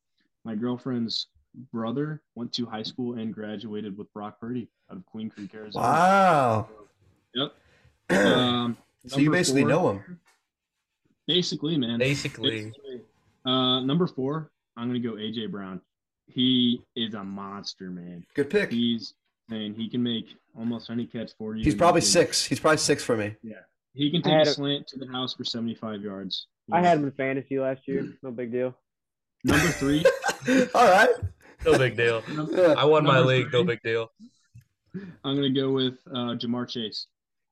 Speaker 3: my girlfriend's brother went to high school and graduated with Brock Purdy out of Queen Creek, Arizona.
Speaker 2: wow.
Speaker 3: Yep. Um,
Speaker 2: So you
Speaker 3: Number
Speaker 2: basically
Speaker 3: four.
Speaker 2: know him.
Speaker 3: Basically, man.
Speaker 5: Basically,
Speaker 3: Uh, number four, I'm gonna go AJ Brown. He is a monster, man.
Speaker 2: Good pick.
Speaker 3: He's man. He can make almost any catch for you.
Speaker 2: He's probably
Speaker 3: He can-
Speaker 2: six. He's probably six for me.
Speaker 3: He can
Speaker 4: I
Speaker 3: take
Speaker 4: had
Speaker 3: a
Speaker 4: a-
Speaker 3: slant to the house for 75 yards.
Speaker 4: I had him in fantasy last year. No big deal.
Speaker 3: number three.
Speaker 2: All right.
Speaker 5: no big deal.
Speaker 3: num-
Speaker 2: Yeah.
Speaker 5: I won my
Speaker 3: Number
Speaker 5: league, no
Speaker 3: three.
Speaker 5: big deal.
Speaker 3: I'm gonna go with uh, Jamar Chase.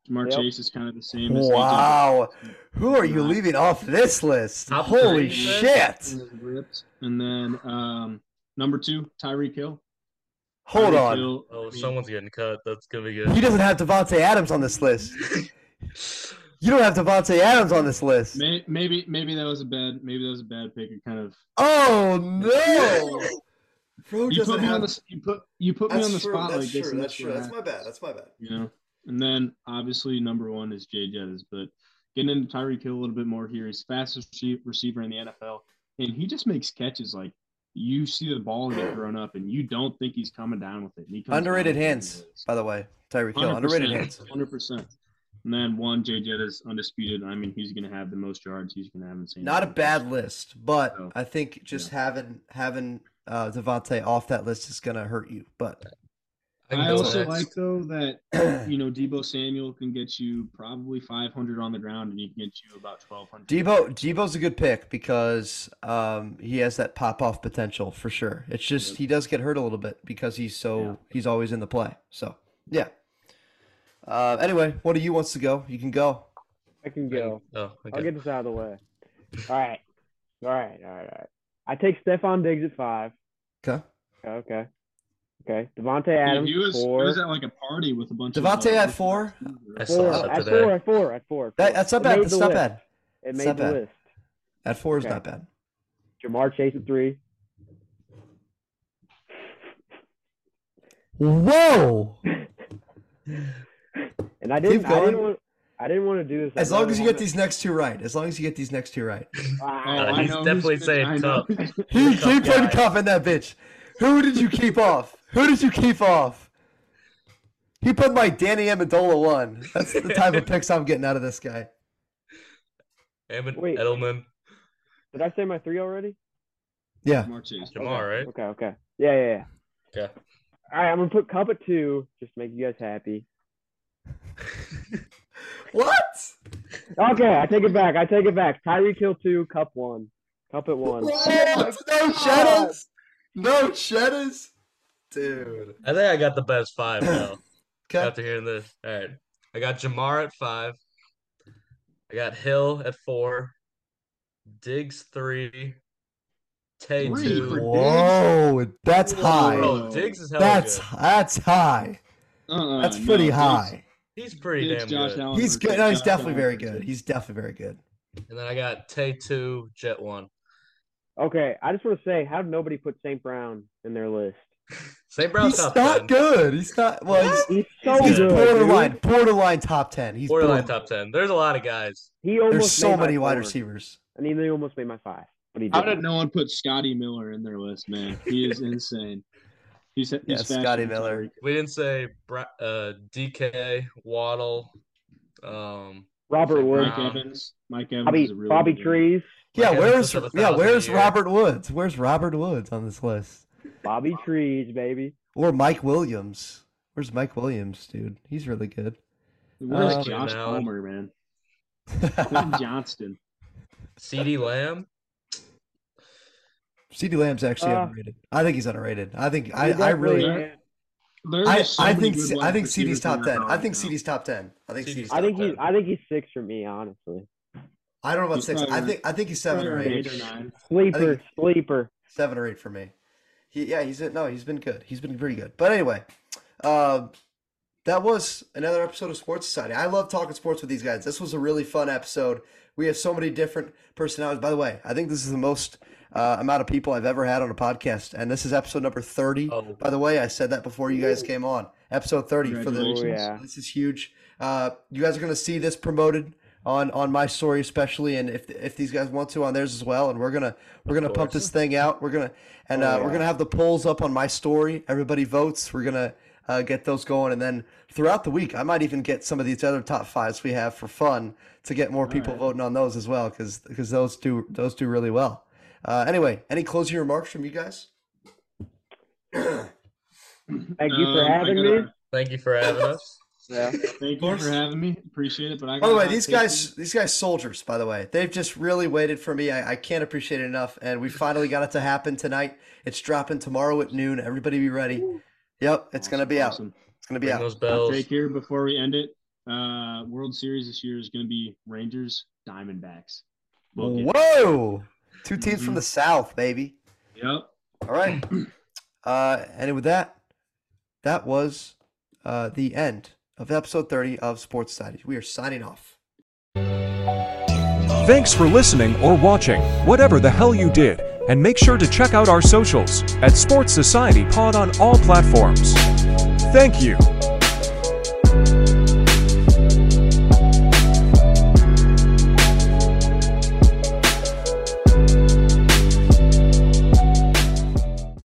Speaker 3: Jamar
Speaker 4: Yep.
Speaker 3: Chase is kind of the same. as
Speaker 2: Wow.
Speaker 3: AJ.
Speaker 2: Who are you leaving off this list?
Speaker 5: Top
Speaker 2: Holy
Speaker 5: three,
Speaker 2: shit.
Speaker 3: He is ripped. And then um, number two, Tyreek Hill.
Speaker 2: Hold
Speaker 3: Tyreek
Speaker 2: on.
Speaker 3: Hill, I
Speaker 5: Oh,
Speaker 3: mean,
Speaker 5: someone's getting cut. That's gonna be
Speaker 2: He
Speaker 5: good.
Speaker 2: doesn't have Devontae Adams on this list. You don't have Devontae Adams on this list.
Speaker 3: may, maybe maybe that was a bad maybe that was a bad pick. It kind of
Speaker 2: Oh no. Bro
Speaker 3: you put me on the you put you put me
Speaker 2: That's
Speaker 3: on the
Speaker 2: true,
Speaker 3: spot like this. and what happened,
Speaker 2: bad. That's my bad.
Speaker 3: You know, and then obviously number one is Jay Jettis, but getting into Tyreek Hill a little bit more here. He's the fastest rece- receiver in the NFL, and he just makes catches like you see the ball get thrown up, and you don't think he's coming down with it. and he comes down
Speaker 2: Underrated
Speaker 3: with it and
Speaker 2: hands,
Speaker 3: he is.
Speaker 2: by the way. Tyreek Hill. Underrated hands.
Speaker 3: Hundred percent. And then one, Jay Jettis, undisputed. I mean, he's going to have the most yards. He's going to have insane.
Speaker 2: Not a
Speaker 3: numbers.
Speaker 2: bad list, but
Speaker 3: No.
Speaker 2: I think just having having uh, Devontae off that list is gonna hurt you. But
Speaker 5: can
Speaker 3: I
Speaker 5: go
Speaker 3: also
Speaker 5: next.
Speaker 3: like though that you know Debo Samuel can get you probably 500 on the ground, and he can get you about 1200.
Speaker 2: Debo Debo's a good pick because um, he has that pop off potential for sure. It's just
Speaker 3: Yep.
Speaker 2: he does get hurt a little bit because he's so
Speaker 3: Yeah.
Speaker 2: he's always in the play. So yeah. Uh, anyway, what do you wants to go? You can go.
Speaker 4: I can go.
Speaker 5: Oh, okay.
Speaker 4: I'll get this out of the way. All right. All right. All right. All right. I take Stephon Diggs at five.
Speaker 2: Okay.
Speaker 4: Okay. Okay. Devontae
Speaker 3: Yeah,
Speaker 4: Adams
Speaker 3: he was, he
Speaker 4: four.
Speaker 3: was at like a party with a bunch of
Speaker 2: Devontae
Speaker 3: uh,
Speaker 2: at four?
Speaker 5: I
Speaker 4: four.
Speaker 5: saw that
Speaker 4: At
Speaker 5: today.
Speaker 4: four. At four. At four. at
Speaker 2: That,
Speaker 4: four.
Speaker 2: that's not
Speaker 4: It
Speaker 2: bad.
Speaker 4: made
Speaker 2: That's
Speaker 4: the
Speaker 2: not
Speaker 4: list.
Speaker 2: bad.
Speaker 4: It
Speaker 2: It's
Speaker 4: made
Speaker 2: not
Speaker 4: the
Speaker 2: bad.
Speaker 4: list.
Speaker 2: At four is
Speaker 4: Okay.
Speaker 2: not bad.
Speaker 4: Jamar Chase at three.
Speaker 2: Whoa!
Speaker 4: And I didn't. I didn't
Speaker 2: going.
Speaker 4: want. I didn't want to do this. I
Speaker 2: As long
Speaker 4: really
Speaker 2: as you get
Speaker 4: wanted-
Speaker 2: these next two right. As long as you get these next two right.
Speaker 3: Oh,
Speaker 4: Ah,
Speaker 5: Uh,
Speaker 3: I
Speaker 5: he's
Speaker 3: know
Speaker 5: definitely
Speaker 3: gonna-
Speaker 5: saying
Speaker 3: I know.
Speaker 2: He,
Speaker 5: Cup
Speaker 2: he put
Speaker 5: guy.
Speaker 2: cuff in that bitch. Who did you keep off? Who did you keep off? He put my Danny Amendola one. That's the type of picks I'm getting out of this guy.
Speaker 5: Evan
Speaker 4: Wait.
Speaker 5: Edelman,
Speaker 4: Did I say my three already?
Speaker 2: Yeah.
Speaker 3: Jamar Chase.
Speaker 5: Jamar, right?
Speaker 4: Okay. Okay. Yeah. Yeah. yeah.
Speaker 5: Okay.
Speaker 4: All right. I'm gonna put Cup at two, just to make you guys happy.
Speaker 2: What?
Speaker 4: Okay. I take it back. I take it back. Tyreek Hill two. Cup one. Cup at one.
Speaker 2: What? No shadows. No shadows. Dude.
Speaker 5: I think I got the best five now
Speaker 2: Okay.
Speaker 5: after hearing this. All right. I got Jamar at five. I got Hill at four. Diggs three. Tay
Speaker 3: Three for
Speaker 5: two.
Speaker 3: Diggs?
Speaker 2: Whoa, that's high.
Speaker 5: Bro, Diggs is hella
Speaker 2: That's
Speaker 5: good.
Speaker 2: that's high.
Speaker 4: Uh,
Speaker 3: Uh-uh,
Speaker 2: That's
Speaker 3: no,
Speaker 2: pretty
Speaker 3: Diggs-
Speaker 2: high.
Speaker 5: He's pretty
Speaker 3: Diggs,
Speaker 5: damn
Speaker 3: Josh
Speaker 5: good.
Speaker 3: Allen
Speaker 2: He's
Speaker 3: versus
Speaker 2: good. No, he's
Speaker 3: Josh
Speaker 2: definitely
Speaker 3: Allen
Speaker 2: very
Speaker 3: versus-
Speaker 2: good. He's definitely very good.
Speaker 5: And then I got Tay two, Jet one.
Speaker 4: Okay. I just want to say, how did nobody put St. Brown in their list?
Speaker 5: St. Brown's
Speaker 2: He's
Speaker 5: top
Speaker 2: not
Speaker 5: 10.
Speaker 2: good. He's not. Well, he's
Speaker 4: He's so
Speaker 5: He's
Speaker 2: He's
Speaker 4: good.
Speaker 2: borderline,
Speaker 4: dude.
Speaker 2: borderline top ten. He's
Speaker 5: Borderline
Speaker 2: borderline.
Speaker 5: top 10. There's a lot of guys.
Speaker 4: He almost
Speaker 2: There's so
Speaker 4: made my
Speaker 2: many wide
Speaker 4: four.
Speaker 2: receivers.
Speaker 4: I mean, they almost made my five, but he
Speaker 3: How
Speaker 4: didn't.
Speaker 3: did no one put Scotty Miller in their list, man? He is insane. He's, he's
Speaker 2: Yeah,
Speaker 3: faster
Speaker 2: Scotty
Speaker 3: than
Speaker 2: Miller.
Speaker 3: Tyreek.
Speaker 5: We didn't say Bra- uh, DK, Waddle. Um,
Speaker 4: Robert
Speaker 5: St.
Speaker 4: Woods,
Speaker 3: Mike
Speaker 5: Brown.
Speaker 3: evans mike evans
Speaker 4: Bobby,
Speaker 3: is a really
Speaker 4: Bobby
Speaker 3: good
Speaker 4: Trees,
Speaker 2: Yeah,
Speaker 5: Evans
Speaker 2: where's
Speaker 5: puts up a
Speaker 2: yeah,
Speaker 5: thousand a
Speaker 2: where's
Speaker 5: year.
Speaker 2: Robert Woods? Where's Robert Woods on this list?
Speaker 4: Bobby Trees, baby.
Speaker 2: Or Mike Williams? Where's Mike Williams, dude? He's really good.
Speaker 3: one. where's
Speaker 2: Uh,
Speaker 3: josh
Speaker 5: Keenan Allen.
Speaker 3: palmer man Quentin johnston
Speaker 5: CD Lamb.
Speaker 2: CD Lamb's actually
Speaker 4: Uh,
Speaker 2: underrated. I think he's underrated. I think I,
Speaker 4: He
Speaker 2: I really
Speaker 4: definitely is.
Speaker 3: There's
Speaker 2: I,
Speaker 3: so
Speaker 2: I
Speaker 3: many
Speaker 2: think
Speaker 3: good
Speaker 2: C- I
Speaker 3: wide
Speaker 2: think
Speaker 3: receivers
Speaker 2: CD's top
Speaker 3: in the
Speaker 2: ten.
Speaker 3: NFL
Speaker 2: I think
Speaker 3: right
Speaker 2: CD's top ten. I think
Speaker 5: CD's
Speaker 2: CD's.
Speaker 4: I think
Speaker 5: top
Speaker 4: he's.
Speaker 5: 10.
Speaker 4: I think he's six for me, honestly.
Speaker 2: I don't know about
Speaker 3: He's
Speaker 2: six. I
Speaker 3: probably-
Speaker 2: think I think he's
Speaker 3: now.
Speaker 2: seven or
Speaker 3: Probably
Speaker 2: eight.
Speaker 3: around or nine.
Speaker 4: Sleeper, sleeper.
Speaker 2: seven or eight for me. He, yeah, he's no, he's been good. He's been pretty good. But anyway, um, that was another episode of Sports Society. I love talking sports with these guys. This was a really fun episode. We have so many different personalities. By the way, I think this is the most uh, amount of people I've ever had on a podcast, and this is episode number thirty.
Speaker 5: Oh,
Speaker 2: By the way, I said that before you guys
Speaker 4: Ooh.
Speaker 2: came on. Episode thirty for the
Speaker 3: Congratulations.
Speaker 4: Oh yeah.
Speaker 2: this is huge. Uh, you guys are going to see this promoted on on my story especially, and if if these guys want to on theirs as well. And we're gonna we're gonna pump
Speaker 5: course.
Speaker 2: this thing out. We're gonna and
Speaker 4: Oh,
Speaker 2: uh,
Speaker 4: yeah.
Speaker 2: we're gonna have the polls up on my story. Everybody votes. We're gonna uh, get those going. And then throughout the week, I might even get some of these other top fives we have for fun to get more people
Speaker 3: right.
Speaker 2: voting on those as well, because those do those do really well. Uh, anyway, any closing remarks from you guys?
Speaker 4: Thank you for
Speaker 3: Um, I
Speaker 4: having
Speaker 3: gotta-
Speaker 4: me.
Speaker 5: Thank you for having us.
Speaker 4: Yeah.
Speaker 3: Thank you for having me. Appreciate it. But I
Speaker 2: By the
Speaker 3: gotta
Speaker 2: way,
Speaker 3: hot
Speaker 2: these
Speaker 3: take
Speaker 2: guys, these guys, soldiers. By the way, they've just really waited for me. I, I can't appreciate it enough, and we finally got it to happen tonight. It's dropping tomorrow at noon. Everybody, be ready. Yep, it's gonna
Speaker 3: Awesome,
Speaker 2: be out.
Speaker 3: awesome.
Speaker 2: It's gonna be
Speaker 5: Ring
Speaker 2: out.
Speaker 5: those bells.
Speaker 3: Take here before we end it. Uh, World Series this year is going to be Rangers, Diamondbacks. Book it.
Speaker 2: Whoa! Two teams from
Speaker 3: Mhm.
Speaker 2: the south, baby.
Speaker 3: Yep.
Speaker 2: All right. Uh, and with that, that was uh, the end of episode 30 of Sports Society. We are signing off.
Speaker 1: Thanks for listening or watching, whatever the hell you did, and make sure to check out our socials at Sports Society Pod on all platforms. Thank you.